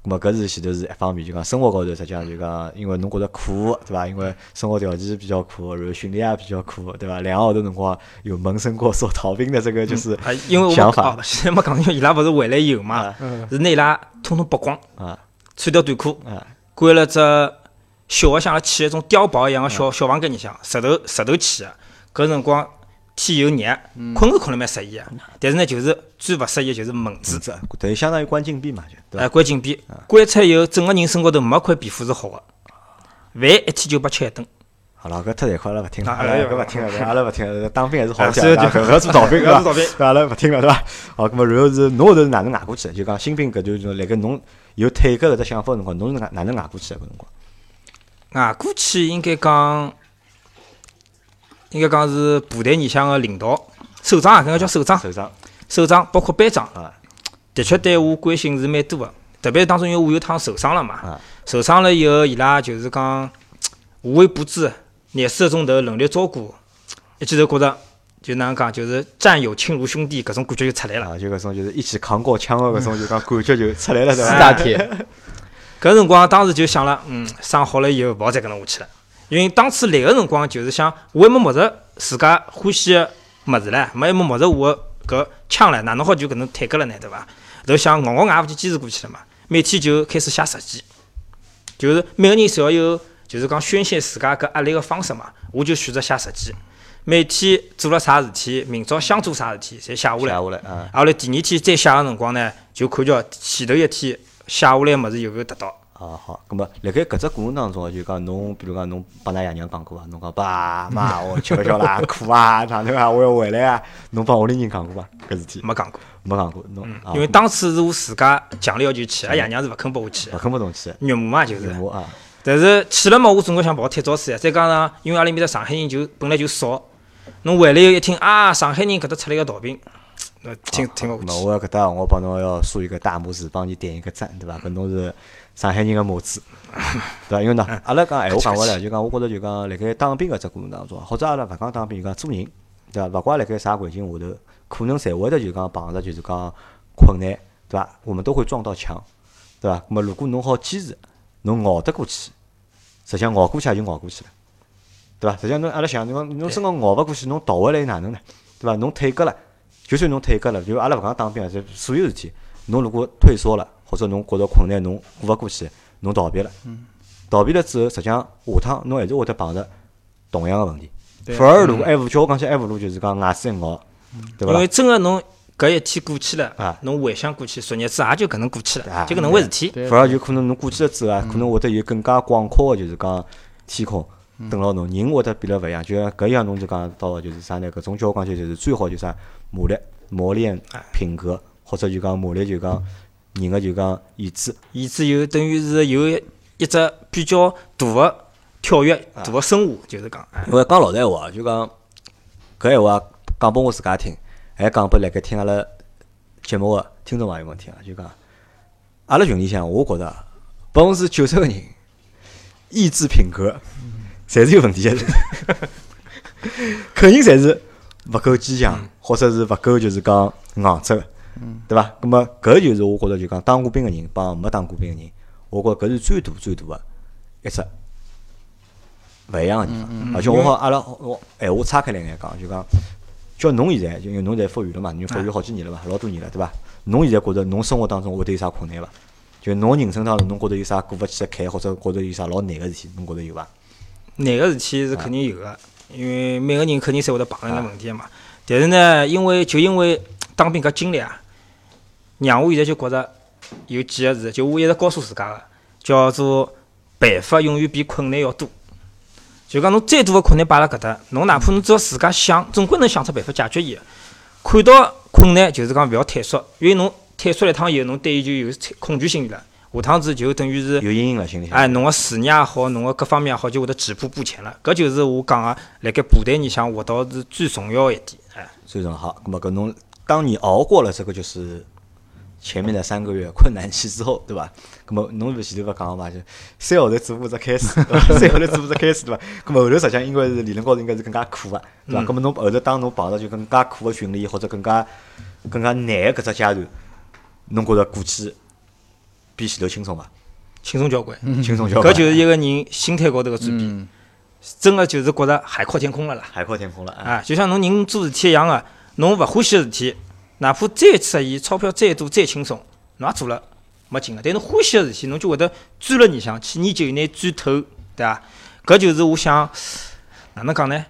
Speaker 1: 咁么搿是前头是一方面，就讲生活高头实际上就讲，因为侬觉着苦，对伐？因为生活条件比较苦，然后训练也比较苦，对伐？两个号头辰光有萌生过说逃兵的这个就是
Speaker 2: 啊，因为我
Speaker 1: 想
Speaker 2: 们
Speaker 1: 法
Speaker 2: 哦， 现在没讲清，伊拉勿是回来以后嘛
Speaker 1: 啊，
Speaker 2: 是拿伊拉统统剥光，
Speaker 1: 啊
Speaker 2: 穿条短裤，
Speaker 1: 啊
Speaker 2: 关了只小个像阿拉起一种碉堡一样个
Speaker 1: 啊
Speaker 2: 小小房间里向，石头石头砌个。搿辰光天又热，
Speaker 1: 嗯
Speaker 2: 困是困了蛮适意个，但是呢，就是最勿适意的就是蚊子。
Speaker 1: 这等于相当于关禁闭嘛，就对
Speaker 2: 哎，
Speaker 1: 伐？
Speaker 2: 关禁闭，
Speaker 1: 啊
Speaker 2: 关出以后，整个人身高头没块皮肤是好个，饭一天就拨吃一顿。
Speaker 1: 好了，搿太残酷了，勿听了，
Speaker 2: 啊哎呀
Speaker 1: 搿勿听 了，阿拉勿听了，当兵还是好
Speaker 2: 啊
Speaker 1: 讲，
Speaker 2: 所以
Speaker 1: 对伐
Speaker 2: 就
Speaker 1: 搿搿做逃 兵，啊
Speaker 2: 搿
Speaker 1: 对伐
Speaker 2: 是逃兵
Speaker 1: 对伐阿拉勿听了，对伐？好，咁么然后是侬后头是哪能捱过去的？就讲新兵搿就就辣盖侬有退搿搿只想法的辰光，侬是哪哪能捱过去的搿辰光？
Speaker 2: 啊，过去应该讲，应该讲是部队里向个领导、首长啊，搿个叫首长、
Speaker 1: 受伤
Speaker 2: 首长，包括班长，
Speaker 1: 啊
Speaker 2: 的确对我关心是蛮多个。特别是当中因为我有趟受伤了嘛，
Speaker 1: 啊
Speaker 2: 受伤了以后，伊拉就是讲无微不至，廿四个钟头轮流照顾我，一记头觉着就哪能讲，就是战友亲如兄弟搿种感觉就出来了。
Speaker 1: 啊，就搿种就是一起扛过枪的搿种，就讲感觉就出来了，对
Speaker 3: 四
Speaker 1: 伐？
Speaker 3: 大天，
Speaker 2: 搿辰光当时就想了，嗯，伤好了以后勿好再搿能下去了，因为当初来个辰光就是想，我还没摸着自家欢喜个物事唻，没还没摸着我搿枪唻，哪能好就搿能退搿了呢，对伐？然后想咬咬牙就坚持过去了嘛，每天就开始写日记，就是每个人侪要有，就是讲宣泄自家搿压力个方式嘛，我就选择写日记，每天做了啥事体，明朝想做啥事体，侪写下
Speaker 1: 写
Speaker 2: 来。
Speaker 1: 下来啊。
Speaker 2: 啊后来第二天再写个辰光呢，就看叫前头一天写下来物事有没有达到。
Speaker 1: 啊好，咁么辣盖搿只过程当中啊，就讲侬，比如讲侬帮㑚爷娘讲过伐？侬讲爸妈，我吃勿消啦， 苦啊，哪能啊，我要回来啊。侬帮屋里人讲过伐？搿事体
Speaker 2: 没讲过，
Speaker 1: 没讲过，嗯侬啊
Speaker 2: 因为当初是我自家强烈要求去，阿爷娘是勿肯拨我去
Speaker 1: 勿
Speaker 2: 的，
Speaker 1: 肯拨侬去，
Speaker 2: 肉麻嘛就是
Speaker 1: 有。我啊
Speaker 2: 但是去了嘛，我总归想跑踢早市呀。再加上因为阿拉面搭上海人就本来就少，侬回来以后一听啊，上海人搿搭出来个逃兵，那听听勿
Speaker 1: 啊那
Speaker 2: 下去。
Speaker 1: 我搿搭我帮侬要竖一个大拇指，帮你点一个赞，对伐？搿侬是上海人个母子，对伐？因为呢，阿拉讲闲话讲回来，就讲我觉着就讲辣盖当兵搿只过程当中，啊或者阿拉勿讲当兵，就讲做人，对伐？勿怪辣盖啥环境下头，可能侪会得就讲碰着就是讲困难，对伐？我们都会撞到墙，对伐？那么如果侬好坚持，侬熬得过去，实际上熬过去也就熬过去了。对伐？实际上侬阿拉想，侬讲侬真个熬勿过去，侬逃回来又哪能呢？对伐？侬退革了，就算侬退革了，就阿拉勿讲当兵啊，就所有事体，侬如果退缩了，或者侬觉着困难，侬过勿过去，侬逃避了，逃避了之后，实际上下趟侬还是会得碰着同样个问题。
Speaker 2: 对
Speaker 1: 反而如果还勿叫我讲起来，还勿如就是讲牙齿一咬，对勿
Speaker 2: 因
Speaker 1: 啦
Speaker 2: 为？真个侬搿一天过去
Speaker 1: 啊
Speaker 2: 了，侬回想过去，昨日子也就搿能过去
Speaker 1: 啊
Speaker 2: 了，就搿能回事体。
Speaker 3: 对 嗯
Speaker 1: 反而有可能侬过去了之后啊，可能会得有更加广阔个，就是讲天空
Speaker 3: 嗯
Speaker 1: 等牢侬，人会得变得勿一样。就像搿样，侬就讲到个就是啥呢？搿种交关就就是最好就是啥磨练磨练品格，或者就讲磨练就讲
Speaker 3: 嗯
Speaker 1: 人个就讲意志。
Speaker 2: 以至有等于是有一一只比较大个跳跃、
Speaker 1: 啊
Speaker 2: 大个升华，就是讲，哎
Speaker 1: 因为讲老实闲话啊，就讲搿闲话讲拨我自家听，还讲拨辣盖听阿拉节目个听众朋友们听啊，就讲阿拉群里向，我觉着啊百分之九十个人意志品格侪是有问题个人，肯定侪是勿够坚强，或者是勿够就是讲硬质个，对伐？那么搿就是我觉着就讲当过兵个人帮没当过兵个人，我觉着搿是最大最大个一只勿一样个地方。而且我好阿拉我闲话岔开来眼讲，就讲叫侬现在，就因为侬现在复员了嘛，侬复员好几年了嘛，老多年了，对伐？侬现在觉着侬生活当中会得有啥困难伐？就侬人生当中，侬觉着有啥过勿去个坎，或者觉着有啥老难个事体，侬觉着有伐？
Speaker 2: 难个事体是肯定有个，因为每个人肯定侪会得碰着眼问题嘛。但是呢，因为就因为当兵搿经历啊，让我现在就觉着呃有几个字，就我一直告诉自家个，叫做办法永远比困难要多。就讲侬再大个困难摆辣搿搭，侬哪怕侬只要自家想，总归能想出办法解决伊个。看到困难就是讲勿要退缩，因为侬退缩了一趟以后，侬对伊就有恐惧心理了。下趟子就等于是
Speaker 1: 有阴影了心里向。
Speaker 2: 哎，侬个事业也好，侬个各方面也好，就会得止步不前了。搿就是我讲个，辣盖部队里向学到是最重要的一点。哎，
Speaker 1: 所以说好，那么搿侬当你熬过了这个就是前面的三个月困难期之后，对伐？ 那么侬勿前头勿讲嘛，就三号头只不过只开始，对伐 三号头只不过只开始，对伐？ 那么后头实际上应该是理论高头应该是更加苦个，对
Speaker 2: 嗯
Speaker 1: 伐？那么侬后头当侬碰到就更加苦个训练或者更加更加难个搿只阶段，侬觉着过去比前头轻松伐？
Speaker 2: 轻松交关，
Speaker 1: 嗯轻松交
Speaker 2: 嗯搿
Speaker 1: 关，嗯
Speaker 2: 就是一个人心态高头个转变，真个就是觉着海阔天空了啦。
Speaker 1: 海阔天空了啊！
Speaker 2: 啊，就像侬人做事体一样个、啊侬勿欢喜个事体，哪怕再适意，钞票再多再轻松，侬也做了没劲个。但侬欢喜个事体，侬就会得钻了里向去研究，拿钻透，对伐？搿就是我想哪能讲呢？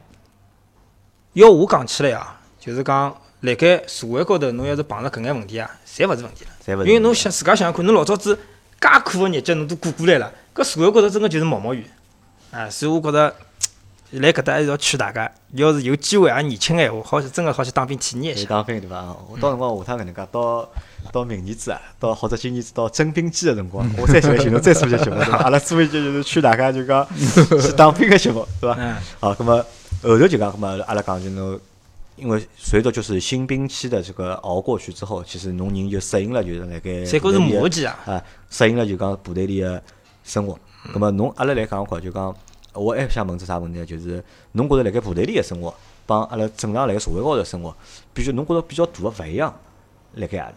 Speaker 2: 要我讲起来啊，就是讲辣盖社会高头，侬要是碰着搿眼问题啊，侪勿是问题了。
Speaker 1: 侪勿是
Speaker 2: 因为侬
Speaker 1: 问题
Speaker 2: 想自家想想看，侬老早子介苦个日脚侬都过过来了，搿社会高头真个就是毛毛雨。啊，所以我觉着。来搿搭还是要劝大家，要是有机会啊，年轻个闲话，好去真个好去当兵体验一
Speaker 1: 可以
Speaker 2: 下。
Speaker 1: 当兵对伐？我到辰光下趟搿能介，到到明年子啊，到或者今年子到征兵季个辰光，我再想寻侬再做一节节目，对伐？阿拉做一节就是劝大家就讲去当兵个节目，对伐
Speaker 2: 嗯？
Speaker 1: 好，那么后头就讲，那么阿拉讲就侬，因为随着就是新兵期的这个熬过去之后，其实侬人就适应了，就是那个
Speaker 2: 侪觉是
Speaker 1: 部队里的
Speaker 2: 磨叽啊
Speaker 1: 啊，适应了就讲部队里个生活。
Speaker 2: 嗯
Speaker 1: 那么侬阿拉来讲讲，就讲我还想问只啥问题呢？就是侬觉着辣盖部队里个生活，帮阿拉正常辣盖社会高头的生活，比较侬觉着比较大个勿一样辣盖何里？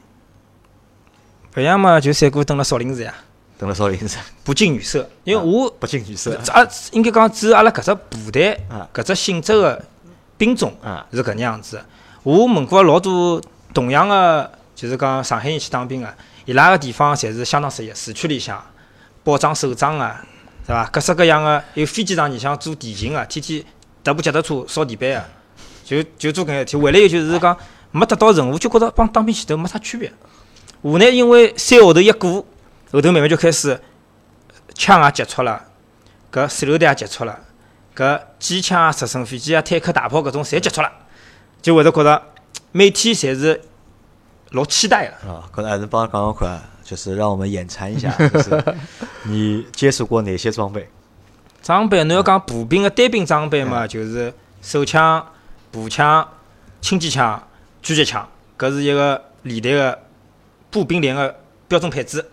Speaker 2: 勿一样嘛，就三哥蹲辣少林寺呀，
Speaker 1: 等了少林寺，
Speaker 2: 不近女色。因为我
Speaker 1: 啊不近女色，
Speaker 2: 啊，应该讲只有阿拉搿只部队
Speaker 1: 啊
Speaker 2: 搿只性质个兵种
Speaker 1: 啊
Speaker 2: 是搿能样子的。我问过老多同样个，就是讲上海人去当兵个，伊拉个地方侪是相当适宜，市区里向保障首长啊，是伐？各式各样个，有飞机场里向做地勤个，天天踏部脚踏车烧地板个。就就做搿眼事体，回来以后就是讲没得到任务，就觉着帮当兵前头没啥区别。河南因为三号头一过，后头慢慢就开始枪也接触了，搿手榴弹也接触了，搿机枪啊、直升飞机啊、坦克、大炮搿种侪接触了，就会得觉着每天侪是老期待个。
Speaker 1: 啊，搿还是帮讲讲看，就是让我们眼馋一 下，就是你接触过哪些装备？
Speaker 2: 装备，侬要讲步兵个单兵装备嘛，就是手枪、步枪、轻机枪、狙击枪，搿是一个连队个步兵连个标准配置。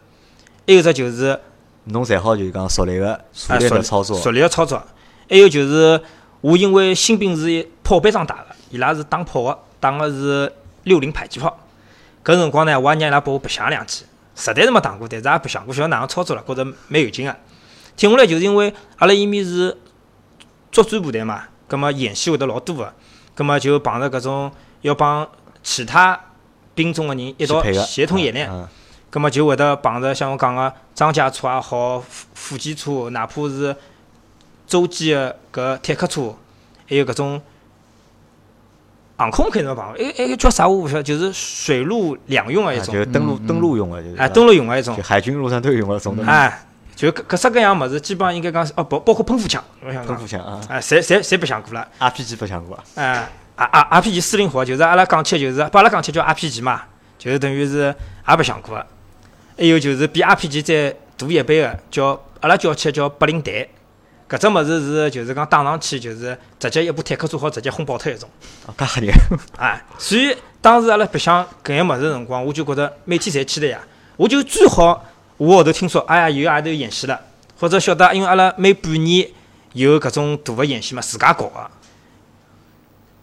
Speaker 2: 还有只就是
Speaker 1: 侬才好就是讲熟练个、熟
Speaker 2: 啊，
Speaker 1: 练
Speaker 2: 熟
Speaker 1: 的操作，
Speaker 2: 熟练个操作。还有就是，我因为新兵是炮班长带个，伊拉是打炮个，打个是六零迫击炮。搿辰光呢，我也让伊拉拨我白相两记，实在是没打过，但是也白相过，晓得哪能操作了，觉着蛮有劲个。停下来就是因为阿拉伊面是作战部队嘛，葛末演习会得老多个，葛末就碰着搿种要帮其他兵种个人一道
Speaker 1: 匹配个
Speaker 2: 协同演练。
Speaker 1: 嗯，
Speaker 2: 葛么就会得碰着像我讲个装甲车也好，副副机车，哪怕是洲际个搿坦克车，还有搿种航空可以怎么碰？哎哎，叫啥我勿晓得，就是水陆两用个
Speaker 1: 嗯
Speaker 2: 一
Speaker 1: 啊就
Speaker 2: 种，
Speaker 1: 是登陆
Speaker 3: 嗯嗯
Speaker 1: 登陆用个，就是
Speaker 2: 哎，登陆用个一种
Speaker 1: 就，嗯海军陆战队用个种的
Speaker 2: 哎，就搿各式各样物事，基本上应该讲是哦，包包括喷火枪，我想
Speaker 1: 喷
Speaker 2: 讲
Speaker 1: 火，枪啊
Speaker 2: 哎，侪侪侪白相过了。
Speaker 1: ，RPG 白相过啊，
Speaker 2: 哎，R R R P G 四零火就是阿拉讲起来就是，把阿拉讲起来叫 R P G 嘛，就是等于是也白相过个。还有就是比 R P G 再大一辈个，叫阿拉叫起来叫八零弹。搿只物事是就是讲打上去就是直接一部坦克车好直接轰爆脱一种。
Speaker 1: 啊噶吓人，
Speaker 2: 啊，所以当时阿拉白相搿眼物事辰光，我就觉着每天侪期待呀。我就最好我后头听说，哎呀，有阿头有演习了，或者晓得，因为阿拉每半年有搿种大个演习嘛，自家搞个。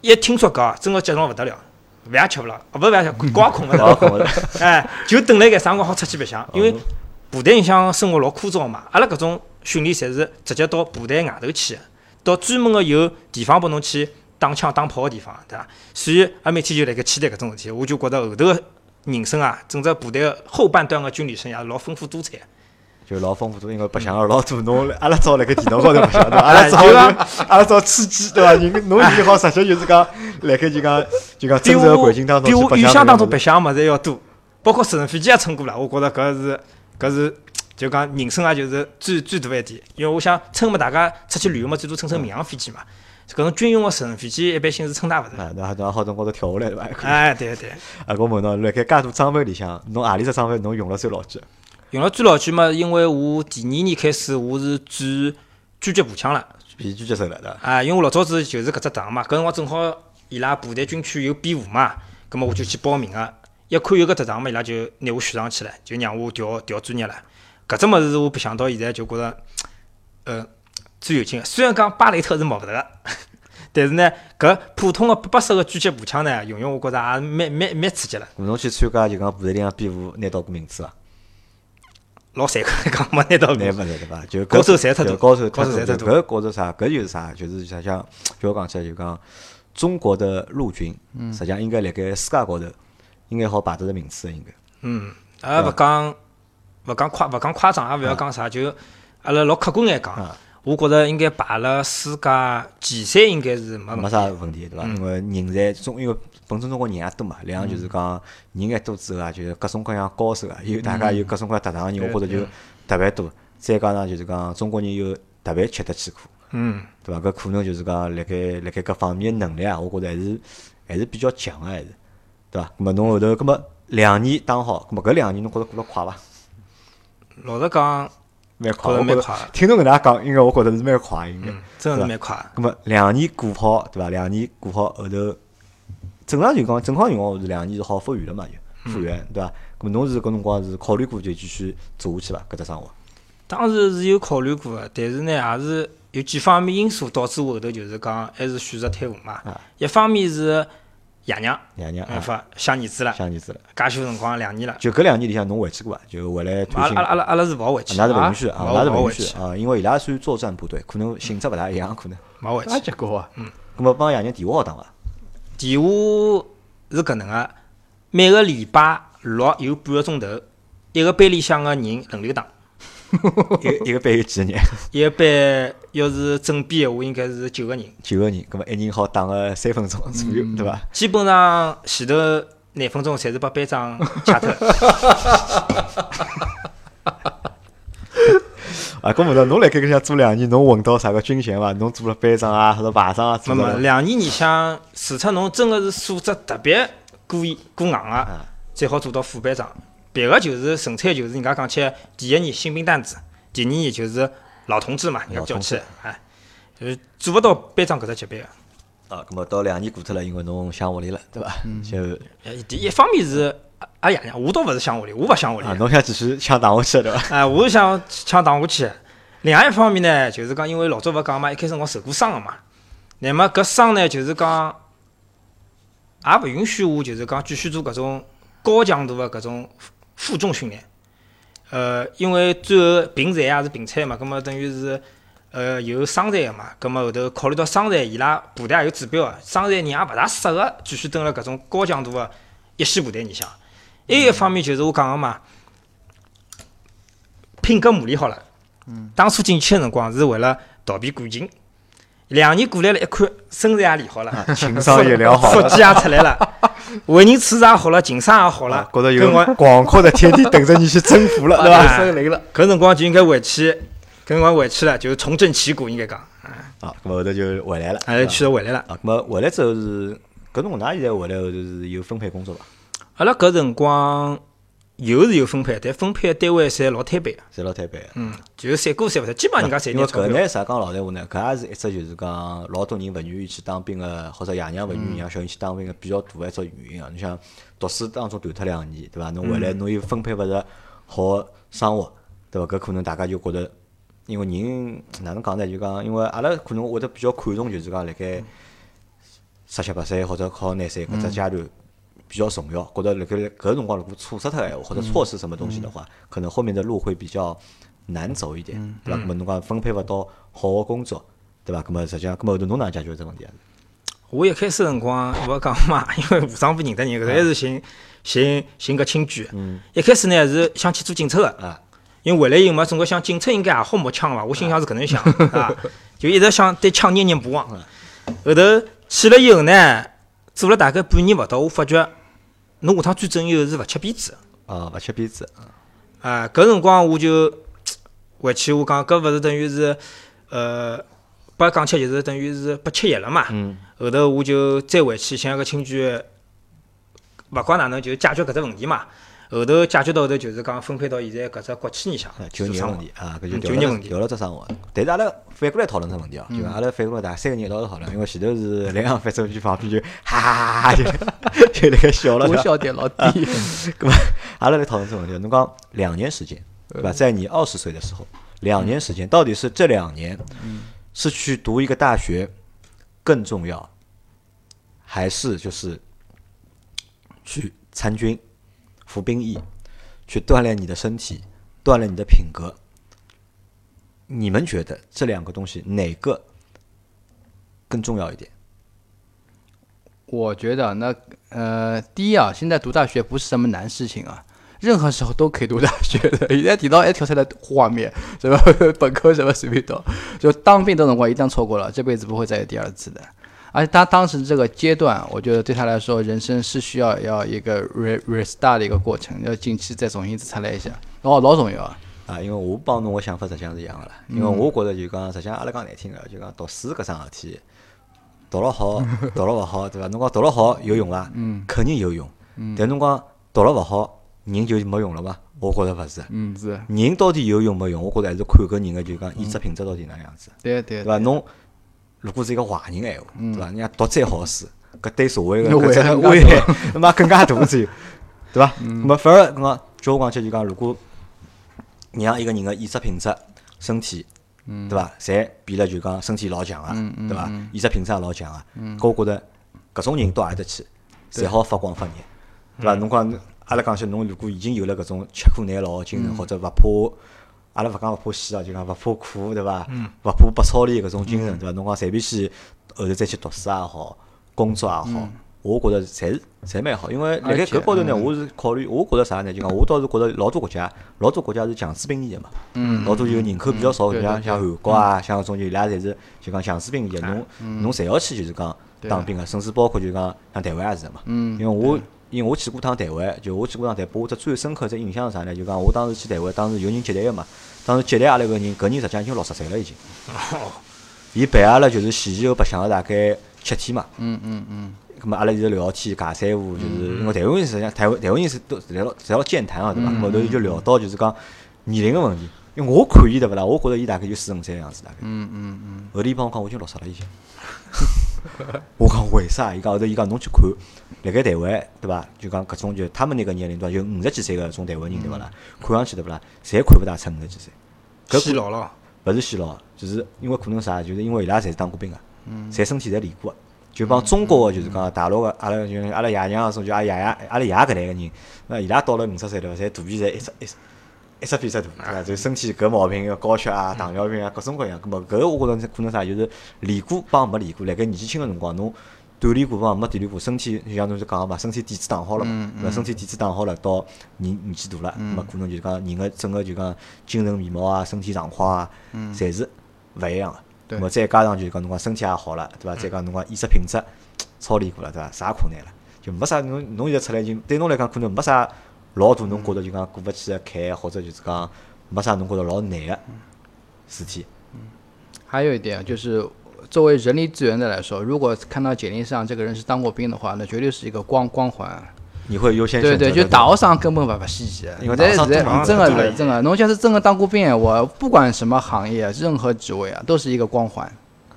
Speaker 2: 一听说搿啊，真个激动勿得了，饭也吃勿了，勿是饭也吃，觉也困勿
Speaker 1: 老
Speaker 2: 着，
Speaker 1: 恐怖了，
Speaker 2: 哎，就等辣盖啥辰光好出去白相，因为部队里向生活老枯燥嘛，阿拉搿种训练侪是直接到部队外头去的，到专门个有地方拨侬去打枪打炮个地方，对伐？所以阿每天就辣盖期待搿种事体，我就觉着后头个人生啊，整只部队个后半段个军旅生涯是老丰富多彩的。
Speaker 1: 就老丰富多，因为白相个老多，侬阿拉早辣盖电脑高头白 相，对伐？阿拉早
Speaker 2: 哎有
Speaker 1: 阿拉早吃鸡，对伐？人侬现在好直接就是讲辣盖就讲就讲
Speaker 2: 比
Speaker 1: 真实个
Speaker 2: 我
Speaker 1: 环境当中
Speaker 2: 比
Speaker 1: 去
Speaker 2: 我
Speaker 1: 白
Speaker 2: 预
Speaker 1: 相
Speaker 2: 想当
Speaker 1: 搿
Speaker 2: 中
Speaker 1: 种
Speaker 2: 白相个物事还要多，包括直升飞机也乘过了，我觉着搿是搿是就讲人生啊，就是最最大一点，因为我想乘嘛，大家出去旅游嘛，最多乘乘民航飞机嘛，搿种军用个直升飞机一般性是乘大勿着。
Speaker 1: 啊，然后然后好从高头跳下来，对伐？
Speaker 2: 哎，对对，
Speaker 1: 啊，我问侬，辣盖介多装备里向，侬何里只装备侬用了最老几？
Speaker 2: 用了最老句嘛，因为我第二年开始我是转狙击步枪了，
Speaker 1: 比狙击手了，对伐？
Speaker 2: 啊，因为我老早子就是搿只档嘛，搿辰光正好伊拉部队军区有比武嘛，葛末我就去报名个、一看有搿只档嘛，伊拉就拿我选上去了，就让我调调专业了。搿只物事是我白相到现在就觉着，呃，最有劲个。虽然讲巴雷特是摸勿着个，但是呢，搿普通个八八式个狙击步枪呢，用用我觉着也蛮蛮蛮刺激了，
Speaker 1: 咾侬去参加就讲部队里向比武，拿到过名次伐？
Speaker 2: 老残酷，讲没拿 到
Speaker 1: 拿
Speaker 2: 名
Speaker 1: 勿着对伐？就
Speaker 2: 高手侪太多
Speaker 1: 就高手
Speaker 2: 高手
Speaker 1: 太
Speaker 2: 侪太
Speaker 1: 多。
Speaker 2: 多
Speaker 1: 搿高手啥？搿就是啥？就是想想，就我讲起来就讲，中国的陆军，
Speaker 2: 嗯
Speaker 1: 实际上应该辣盖世界高头，应该好排得着名次的，应该。
Speaker 2: 嗯，也勿讲勿讲夸勿讲夸张，
Speaker 1: 嗯
Speaker 2: 也勿要讲啥，就阿拉老客观眼讲
Speaker 1: 啊，
Speaker 2: 我觉着应该排了世界前三，应该是没问
Speaker 1: 没
Speaker 2: 题。
Speaker 1: 啥问题，
Speaker 2: 嗯
Speaker 1: 对伐？因为人才中，因为本身中国人也多嘛，两个就是讲人一多之后啊，就是各种各样高手啊，
Speaker 2: 嗯
Speaker 1: 有大家有各种各样特长的人，我觉着就特别多。再加上就是讲中国人又特别吃得起苦，
Speaker 2: 嗯，
Speaker 1: 对伐？搿可能就是讲辣盖辣盖搿方面的能力啊，我觉着还是还是比较强个，还是对伐？咾么侬后头，咾么两年打好，咾么搿两年侬觉着过了快伐？
Speaker 2: 老实讲，
Speaker 1: 蛮
Speaker 2: 觉
Speaker 1: 快，
Speaker 2: 得
Speaker 1: 我觉
Speaker 2: 蛮
Speaker 1: 着
Speaker 2: 快嗯
Speaker 1: 听侬搿能介讲，应该我觉着是蛮快，应该。对
Speaker 2: 真个
Speaker 1: 伐
Speaker 2: 是蛮快。
Speaker 1: 咁么两年过好，对伐？两年过好后头，正常情况正常情况下是两年是好复原了嘛，
Speaker 2: 嗯
Speaker 1: 就复原，对伐？咁么侬是搿辰光是考虑过就继续做下去伐？搿只生活，
Speaker 2: 当时是有考虑过个，但是呢，也是有几方面因素导致我后头就是讲还是选择退伍嘛
Speaker 1: 啊。
Speaker 2: 一方面是爷娘
Speaker 1: 两年
Speaker 2: 没办
Speaker 1: 啊，
Speaker 2: 法想儿子了，
Speaker 1: 想儿子了。
Speaker 2: 介许多辰光两年了，
Speaker 1: 就搿两年里向侬回去过伐？就回来推
Speaker 2: 阿
Speaker 1: 进
Speaker 2: 拉。阿拉阿拉是勿好回去，
Speaker 1: 那是不允许啊，
Speaker 2: 啊
Speaker 1: 那是不
Speaker 2: 勿好
Speaker 1: 允
Speaker 2: 回
Speaker 1: 许
Speaker 2: 去，
Speaker 1: 啊，因为伊拉属于作战部队，可能性质勿大一样，可能。
Speaker 2: 没回去
Speaker 3: 啥。结果啊？
Speaker 1: 咁么帮爷娘电话好打伐？
Speaker 2: 电话是搿能个，每个礼拜六有半个钟头，一个班里向个人轮流打。
Speaker 1: 一个一个班有几个人？
Speaker 2: 一个班要是正编闲话，应该是九个人。
Speaker 1: 九个人，咁么一人好打个三分钟左右，对伐？
Speaker 2: 基本上前头廿分钟侪是把班长掐 脱。嗯
Speaker 1: 啊，咁问到侬辣盖搿像做两年，侬混到啥个军衔伐？侬做了班长啊，或者排长啊，
Speaker 2: 那
Speaker 1: 做
Speaker 2: 么
Speaker 1: 了
Speaker 2: 两年里向，啊除脱侬真个是素质特别过硬过硬个，才好做到副班长。别个就是纯粹就是人家讲起来，第一年新兵蛋子，第二年就是老同志嘛，人家叫起来，哎，就是做勿到班长搿只级别个。
Speaker 1: 啊，咁么到两年过脱了，因为侬想屋里了，对伐？就
Speaker 2: 呃第一方面是阿阿爷娘，我倒勿是想屋里，我勿想屋里
Speaker 1: 啊，，侬想继续想打下去 对伐？
Speaker 2: 哎，我是想想打下去。另外一方面呢，就是讲，因为老早勿讲嘛，一开始我受过伤个嘛，那么搿伤呢，就是讲也勿允许我就是讲继续做搿种高强度个搿种负重训练。呃，因为最后平残也是平残嘛，葛末等于是呃有伤残个嘛，葛末后头考虑到伤残，伊拉部队也有指标个，伤残人也勿大适合继续蹲辣搿种高强度个一线部队里向。还有一方面就是我讲个嘛，拼个马里好了。嗯，当初进去个辰光是为了逃避感情，两年过来了，一看身材也练好了，
Speaker 4: 情商啊也良好
Speaker 2: 腹，肌也出来 了，为人处事也好了，情商也好了
Speaker 4: 啊，觉得
Speaker 2: 跟我
Speaker 4: 有广阔的天地等着你去征服 了，对吧？
Speaker 2: 哎
Speaker 3: 收雷了，
Speaker 2: 搿辰光就应该回去，搿辰光回去了，就是重振旗鼓，应该讲，
Speaker 1: 啊，咁么后头就回来了，
Speaker 2: 哎，
Speaker 1: 对伐
Speaker 2: 去了回来了。
Speaker 1: 啊，咁么回来之后是，搿侬㑚现在回来后头是有分配工作伐？
Speaker 2: 阿拉搿辰光有是有分配，但分配的单位侪老摊板，
Speaker 1: 侪老啊摊板。
Speaker 2: 嗯，就是三过三勿脱，基本上人家侪
Speaker 1: 因为
Speaker 2: 拿
Speaker 1: 搿
Speaker 2: 钞票。
Speaker 1: 眼啥讲老实话呢？搿也是一只就是讲老多人勿愿意去当兵个，或者爷娘勿愿
Speaker 2: 嗯
Speaker 1: 意让小人去当兵个比较大一只原因啊。侬想读书当中断脱两年，对伐？
Speaker 2: 嗯
Speaker 1: 侬回来侬又分配勿着好生活，对伐？搿可能大家就觉得，因为人哪能讲呢？就讲因为阿拉可能会得比较看重，就是讲辣
Speaker 2: 嗯
Speaker 1: 盖十七八岁或者考廿岁搿只阶段。比较重要，觉得辣盖搿辰光如果错失脱个闲话，或者错失什么东西的话，
Speaker 2: 嗯
Speaker 1: 可能后面的路会比较难走一点，对伐？搿么侬讲分配勿到好个工作，对伐？搿么实际上，搿么后头侬哪能解决搿只问题啊？
Speaker 2: 我一开始辰光勿讲嘛，因为武装部认得人，搿还是寻寻寻搿亲眷。一开始呢是想去做警察个，
Speaker 1: 啊，
Speaker 2: 因为回来以后嘛，总归想警察应该也好摸枪伐？我心想是搿能想啊，就一直想对枪念念不忘。后头去了以后呢，做了大概半年勿到，我发觉侬下趟转正以后是勿吃鞭子的
Speaker 1: 啊，勿吃鞭子，
Speaker 2: 啊。搿辰光我就回去，我讲搿勿是等于是呃，拨讲起来就是等于是拨吃药了嘛。
Speaker 1: 嗯，
Speaker 2: 后头我就再回去想一个亲眷，勿管哪能就解决搿只问题嘛。后头解决到后头就是讲分配到现在搿只国企里向
Speaker 1: 就
Speaker 2: 做
Speaker 1: 业
Speaker 2: 生
Speaker 1: 问
Speaker 2: 活
Speaker 1: 题啊，搿
Speaker 2: 嗯
Speaker 1: 就
Speaker 2: 就业
Speaker 1: 聊了
Speaker 2: 问题嗯
Speaker 1: 聊了只生活。但是阿拉反过来讨论只问题哦，就讲阿拉反过来，大家三个人一道讨论，因为前头是来阳反正就旁边就哈哈哈哈就就辣 盖笑了，
Speaker 3: 我
Speaker 1: 对伐？
Speaker 3: 笑点老低。
Speaker 1: 搿么阿拉来讨论这个问题，侬讲两年时间，对吧？在你二十岁的时候，两年时间到底是这两年，是去读一个大学更重要，还是就是去参军、服兵役，去锻炼你的身体，锻炼你的品格？你们觉得这两个东西哪个更重要一点？
Speaker 3: 我觉得那呃，第一啊，现在读大学不是什么难事情啊，任何时候都可以读大学的。 现在提到一条出来的画面，什么本科 什么随便读，就当兵这种光一旦错过了，这辈子不会再有第二次的。而且他当时这个阶段，我觉得对他来说，人生是需要要一个 re restart 的一个过程，要近期再重新再来一下，然后老重要啊。
Speaker 1: 啊，因为我帮侬个想法实际上是一样个啦。因为我觉着就讲，实际上阿拉讲难听个，就讲读书搿桩事体，读了好，读了勿好，对伐？侬讲读了好有用伐？嗯，肯定有用。但侬讲读了勿好，人就没用了伐？我觉着勿是。
Speaker 3: 嗯，是，
Speaker 1: 人到底有用没用？我觉着还是看搿人个就讲意志品质到底哪能样子，
Speaker 3: 对对
Speaker 1: 对伐？侬如果是一个坏人个闲话，对伐？人家读再好个书，搿对社会个
Speaker 3: 危
Speaker 1: 搿只
Speaker 3: 害更
Speaker 1: 危 害，他妈更加大只有，对伐？那么反而搿个，叫我讲起来就讲，如果让一个人个意志品质、身体，
Speaker 3: 嗯
Speaker 1: 对伐？侪变了就讲身体老强啊，对伐？意志品质也老强啊。
Speaker 3: 嗯
Speaker 1: 搿我觉着搿种人到何里搭去，侪好发光发热，对
Speaker 3: 嗯
Speaker 1: 伐？侬讲阿拉讲起，侬如果已经有了搿种吃苦耐劳的
Speaker 3: 嗯
Speaker 1: 精神，或者勿怕。阿拉勿讲勿怕死啊，就讲勿怕苦，对伐？
Speaker 3: 嗯
Speaker 1: 勿怕被操练搿种精神，对伐？侬讲随便去后头再去读书也好，工作也好，我觉着侪是侪蛮好，因为辣盖
Speaker 3: 嗯而且
Speaker 1: 搿高头呢，我是考虑，我觉着啥呢？就讲我倒是觉着老多国家，老多国家是强制兵役的嘛，老多有人口比较少，
Speaker 3: 嗯对对嗯
Speaker 1: 像
Speaker 3: 对
Speaker 1: 像韩国啊，像搿种就伊拉侪是就讲强制兵役的，侬侬侪要去就是讲
Speaker 3: 嗯对嗯
Speaker 1: 当兵个，甚至包括就讲像台湾也是的嘛，因为我。因为我去过趟台湾，就我去过趟台北，我只最深刻只印象是啥呢？就讲我当时去台湾，当时有人接待个嘛，当时接待阿拉一个人，搿人实际上已经六十岁 了已经。伊陪阿拉就是前前后白相了大概七天嘛。嗯嗯嗯。咁么阿拉现在聊天尬三胡，
Speaker 3: 嗯
Speaker 1: 就是因为台湾人实际上台湾台湾人是都侪老侪老健谈啊个对
Speaker 3: 嗯
Speaker 1: 伐？后头就聊到就是讲年龄个问题，因为我看伊对勿啦，我觉着伊大概就四十五岁个样子大概。
Speaker 3: 嗯嗯嗯，
Speaker 1: 后头伊帮我讲，我已经落色了已经。 我讲为啥？伊讲后头伊讲侬去看，辣盖台湾对伐？就讲搿种就他们那个年龄段就五十几岁个种台湾人对勿啦？
Speaker 3: 嗯
Speaker 1: 看上去对勿啦？侪看勿大出五十几岁，搿
Speaker 2: 洗脑了，
Speaker 1: 勿是显老，就是因为可能啥？就是因为伊拉侪是当过兵个，侪身体侪练过个。啊就帮中国个就是讲大陆个阿拉就阿拉爷娘种就阿拉爷爷阿拉爷搿代个人，那伊拉到了五十岁对伐？侪肚皮侪一只一只一只比一只大，对伐？就身体搿毛病，高血压、糖尿病啊，各种各样。搿么搿个我觉着可能啥，就是练过帮没练过，辣盖年纪轻个辰光，侬锻炼过帮没锻炼过，身体就像侬就讲个嘛，身体底子打好了嘛，对伐？身体底子打好了，到年年纪大了，咾么可能就是讲人个整个就讲精神面貌啊、身体状况啊，侪是勿一样个。
Speaker 3: 对
Speaker 1: 咾么再加上就是讲侬讲身体也好了，对伐？再讲侬讲衣食品质操练过了，对伐？啥困难了？就没啥侬侬现在出来就对侬来讲可能没啥老大侬觉着就讲过勿去个坎，啊或者就是讲没啥侬觉着老难个事体。
Speaker 3: 还有一点啊就是，作为人力资源的来说，如果看到简历上这个人是当过兵的话，那绝对是一个光光环。啊
Speaker 1: 你会优先选
Speaker 3: 对
Speaker 1: 择
Speaker 3: 对，就
Speaker 1: 伐
Speaker 3: 打学生根本勿勿稀奇。
Speaker 1: 因为
Speaker 3: 现在
Speaker 1: 打学生
Speaker 3: 现在真的
Speaker 2: 正常
Speaker 3: 是真的，侬像是真的当过兵，我不管什么行业、任何职位啊，都是一个光环。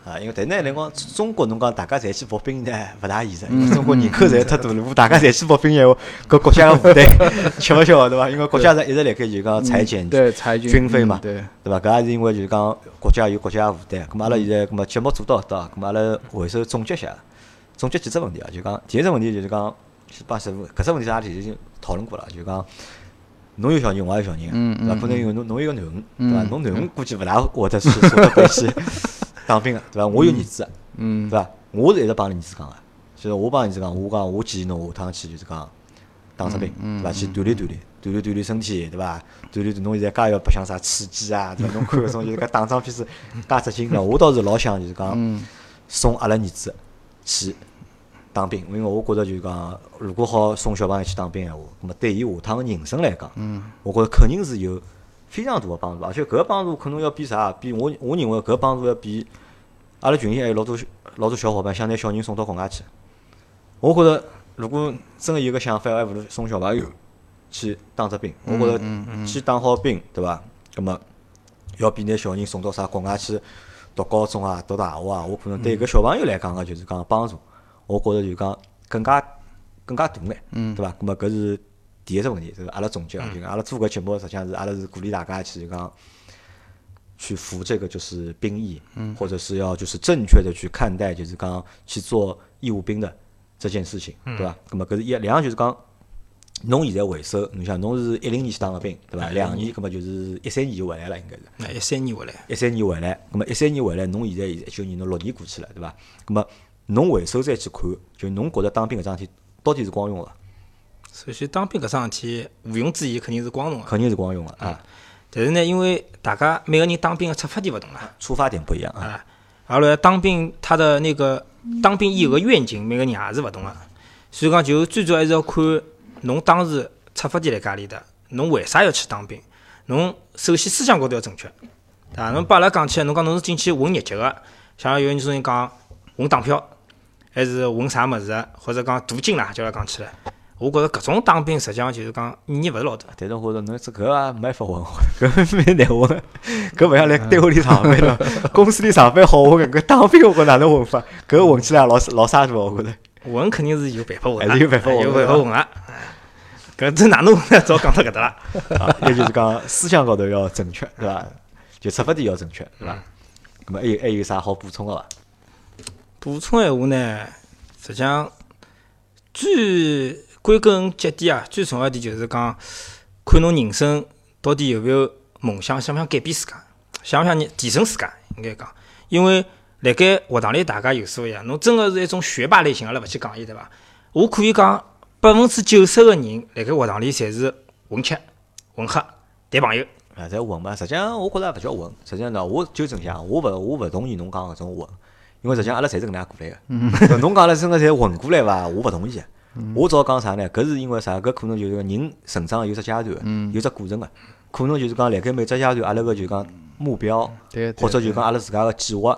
Speaker 1: 啊，因为但呢，来讲中国侬讲大家侪去服兵役呢，勿大现实，因为中国人口实在太大了，如果大家侪去服兵役，话，搿国家个负担 吃勿消，对伐？因为国家是一直辣盖就讲
Speaker 3: 嗯
Speaker 1: 裁减
Speaker 3: 对裁军
Speaker 1: 军费
Speaker 3: 嗯
Speaker 1: 嘛，
Speaker 3: 对
Speaker 1: 对伐？搿也是因为就是讲国家有国家个负担。咁阿拉现在咁么节目做到搿搭，咁阿拉回首总结一下，总结几只问题啊，就讲第一只问题就是讲，是把什么搿只问题是阿拉已经讨论过了，就讲。侬有小人，我也有小人啊
Speaker 3: 嗯，
Speaker 1: 对伐？
Speaker 3: 嗯
Speaker 1: 可能有侬，侬有个囡恩，对伐？
Speaker 3: 嗯
Speaker 1: 侬囡恩估计勿大会得去舍得去 当兵个，对伐？我有儿子，
Speaker 3: 嗯，
Speaker 1: 对伐？我是一直帮儿子讲个，就是我帮儿子讲，我讲我建议侬下趟去就是讲当只兵，
Speaker 3: 嗯
Speaker 1: 对伐？去锻炼锻炼，锻炼锻炼身体，对伐？锻炼锻炼侬现在介要白相啥刺激啊，对伐？侬看搿种就是讲打仗片子介扎劲的，我倒是老想就是讲
Speaker 3: 嗯
Speaker 1: 送阿拉儿子去当兵，因为我觉着就是讲，如果好送小朋友去当兵闲话，那么对伊下趟个人生来讲，我觉着肯定是有非常大个帮助，而且搿个帮助可能要比啥，比我我认为搿个帮助要比阿拉群里还有老多老多小伙伴想拿小人送到国外去。我觉着如果真个有个想法，还勿如送小朋友去当只兵。我觉着去当好兵，对伐？葛么要比拿小人送到啥国外去读高中啊、读大学啊，我可能对搿小朋友来讲个啊就是讲帮助，我觉着就是讲更加更加大眼，对伐？葛么搿是第一只问题，就是阿拉总结啊，就讲阿拉做搿节目实际上是阿拉是鼓励大家去就讲。去服这个就是兵役，嗯，或者是要就是正确的去看待，就是刚刚去做义务兵的这件事情，对吧？那么搿是一两就是讲，侬现在回首，侬想侬是一零年去当个兵，对吧？两年，那么就是一三年就回来了，应该是。
Speaker 2: 那一三年回来，
Speaker 1: 一三年回来，咁么一三年回来，侬现在一九年，侬六年过去了，对伐？咁么侬回首再去看，就侬觉着当兵搿桩事体到底是光荣个，
Speaker 2: 首先当兵搿桩事体，毋庸置疑肯定是光荣个。
Speaker 1: 肯定是光荣个啊，
Speaker 2: 但是呢，因为大家每个人当兵的出发点不同啊，
Speaker 1: 出发点不一样啊，
Speaker 2: 啊，而来当兵他的那个当兵以后的愿景，每个人也是不同的。所以讲，就最主要还是要看侬当时出发点辣何里搭，侬为啥要去当兵？侬首先思想高头要正确，对伐？侬把阿拉讲起来，侬讲侬是进去混日脚个，像有人种人讲混党票，还是混啥物事，或者讲镀金啦，叫伊拉讲起来。我觉着搿种当兵实际上就是讲意义勿是老大。
Speaker 1: 但是我觉着侬这搿也没法混， 搿蛮难混的，搿勿像来单位里上班了，公司里上班好混，搿当兵我觉哪能混法？搿混起来也老老沙土，我觉着。
Speaker 2: 混肯定是有办法混的，
Speaker 1: 还是有办法混的
Speaker 2: 有办法混啊。搿这哪能混呢？早讲到搿搭了。
Speaker 1: 啊，也就是讲思想高头要正确，对伐？就出发点要正确，对伐？咁么还有还有啥好补充个伐？
Speaker 2: 补充闲话呢，实际上最归根结底啊，最重要的就是讲，看侬人生到底有没有梦想，想不想改变自家，想不想提升自家，应该讲，因为辣盖学堂里大家有所谓啊，侬真个是一种学霸类型，阿拉勿去讲伊对伐？我可以讲，百分之九十个人辣盖学堂里侪是混吃、混喝、谈朋友。
Speaker 1: 啊，侪混嘛，实际上我觉着也勿叫混，实际上呢，我纠正一下，我勿我勿同意侬讲搿种混，因为实际上阿拉侪是搿能介
Speaker 3: 嗯
Speaker 1: 过来个。侬讲阿拉真个侪混过来伐？我勿同意。我只好讲啥呢？搿是因为啥？搿可能就是人成长有只阶段的，有只过程个，啊
Speaker 3: 嗯
Speaker 1: 可能就是讲辣盖每只阶段阿拉个就讲目标
Speaker 3: 对，对
Speaker 1: 或者就讲阿拉自家个计划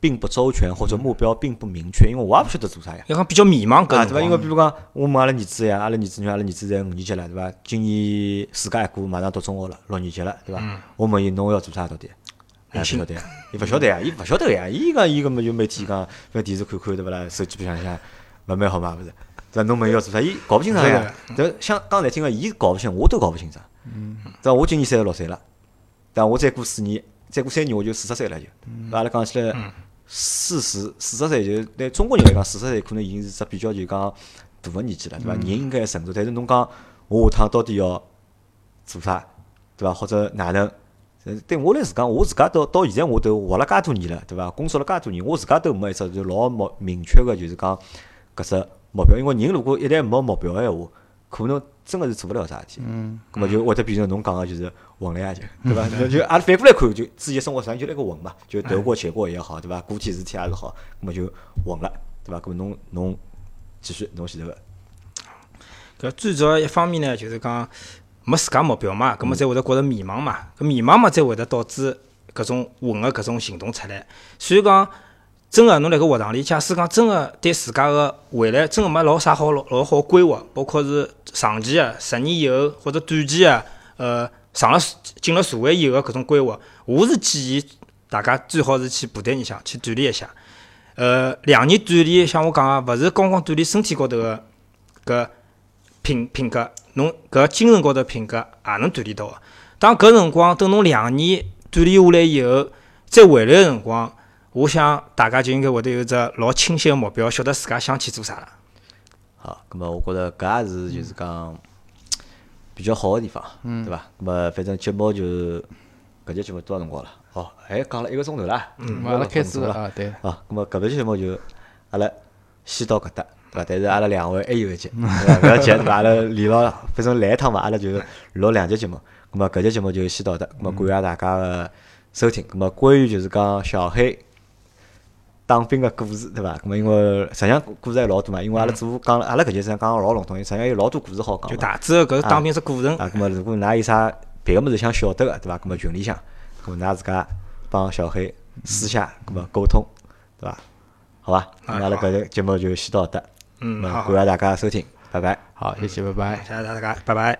Speaker 1: 并不周全，或者目标并不明确，因为我也勿晓得做啥呀。
Speaker 2: 要讲比较迷茫搿
Speaker 1: 啊，对
Speaker 2: 辰
Speaker 1: 伐？
Speaker 2: 光
Speaker 1: 因为比如讲，我问阿拉儿子呀，阿拉儿子女、阿拉儿子侪五年级了，对伐？今年自家一哥马上读中学了，六年级了，对伐？
Speaker 2: 嗯
Speaker 1: 我问伊侬要做啥到底？哎，勿晓得呀，伊勿晓得呀，伊勿晓得呀。伊讲伊搿么就每天讲，勿电视看看对勿啦？手机里向向，勿蛮好嘛，勿是？对伐？侬问伊要做啥？伊搞勿清爽呀。对，像刚才听个，伊搞勿清，我都搞勿清爽。嗯。对伐？我今年三十六岁了，但我再过四年，再过三年我就四十岁了就。对伐阿拉讲起来。四十四十岁就是对中国人来讲，四十岁可能已经是只比较就讲大个年纪了，对伐？人应该成熟，但是侬讲我下趟到底要做啥，对伐？或者哪能？呃对我来自讲，我自家到到现在我都活了介多年了，对伐？工作了介多年，我自家都没一只就老目明确个，就是讲搿只目标。因为人如果一旦没目标个闲话，可能真个是做勿了啥事体。嗯，葛末就会得变成侬讲个就是混 了呀，就对伐？就就阿拉反过来看，就自己生活实际上就那个混嘛，就得过且过也好，对伐？过天是天也是好，葛末就混了，对伐？葛末侬侬继续侬前头个，
Speaker 2: 搿最主要一方面呢，就是讲没自家目标嘛，搿么才会得觉着迷茫嘛，搿迷茫嘛，才会得导致搿种混个搿种行动出来。所以讲，真个侬辣搿学堂里，假使讲真个对自家个未来真个没老啥好老老好规划，包括是长期个十年以后或者短期个，呃，上了进了社会以后个搿种规划，我是建议大家最好是去部队里向去锻炼一下。呃，两年锻炼，像我讲个，勿是光光锻炼身体高头个搿品品格，侬搿精神高头品格也能锻炼到个。啊当搿辰光等侬两年锻炼下来以后，再回来个辰光，我想大家就应该会得有只老清晰个目标，晓得自家想去做啥了。
Speaker 1: 好，葛末我觉着搿也是就是讲比较好个地方，对伐？葛末反正节目就搿节节目多少辰光了？哦，还讲了一个钟头啦，
Speaker 3: 嗯
Speaker 1: 嗯
Speaker 3: 阿拉开始
Speaker 1: 了。
Speaker 3: 啊，对，
Speaker 1: 啊，咁么搿期节目就阿拉先到搿搭，对伐？但是阿拉两位还有一集，对伐勿要急，对伐？阿拉连牢，反正来一趟嘛，阿拉就录两集节目。咁么搿集节目就先到搿搭，咁么感谢大家个收听。咁么关于就是讲小黑当兵个故事，对伐？咁么因为实际上故事还老多嘛，因为阿拉主播讲了，阿拉搿集实际上讲了老笼统，实际上有老多故事好讲嘛。
Speaker 2: 嗯就大致搿是当兵只过程，
Speaker 1: 啊，咁么如果㑚有啥别个物事想晓得个，对伐？咁么群里向，咁么㑚自家帮小黑私下咁么沟通，对伐？好伐？咁
Speaker 2: 啊
Speaker 1: 阿拉搿个节目就先到搿搭，
Speaker 2: 嗯
Speaker 1: 咁么
Speaker 2: 好好
Speaker 1: 感谢大家收听，拜拜。
Speaker 3: 好，谢谢，拜拜。
Speaker 2: 谢谢大家，拜拜。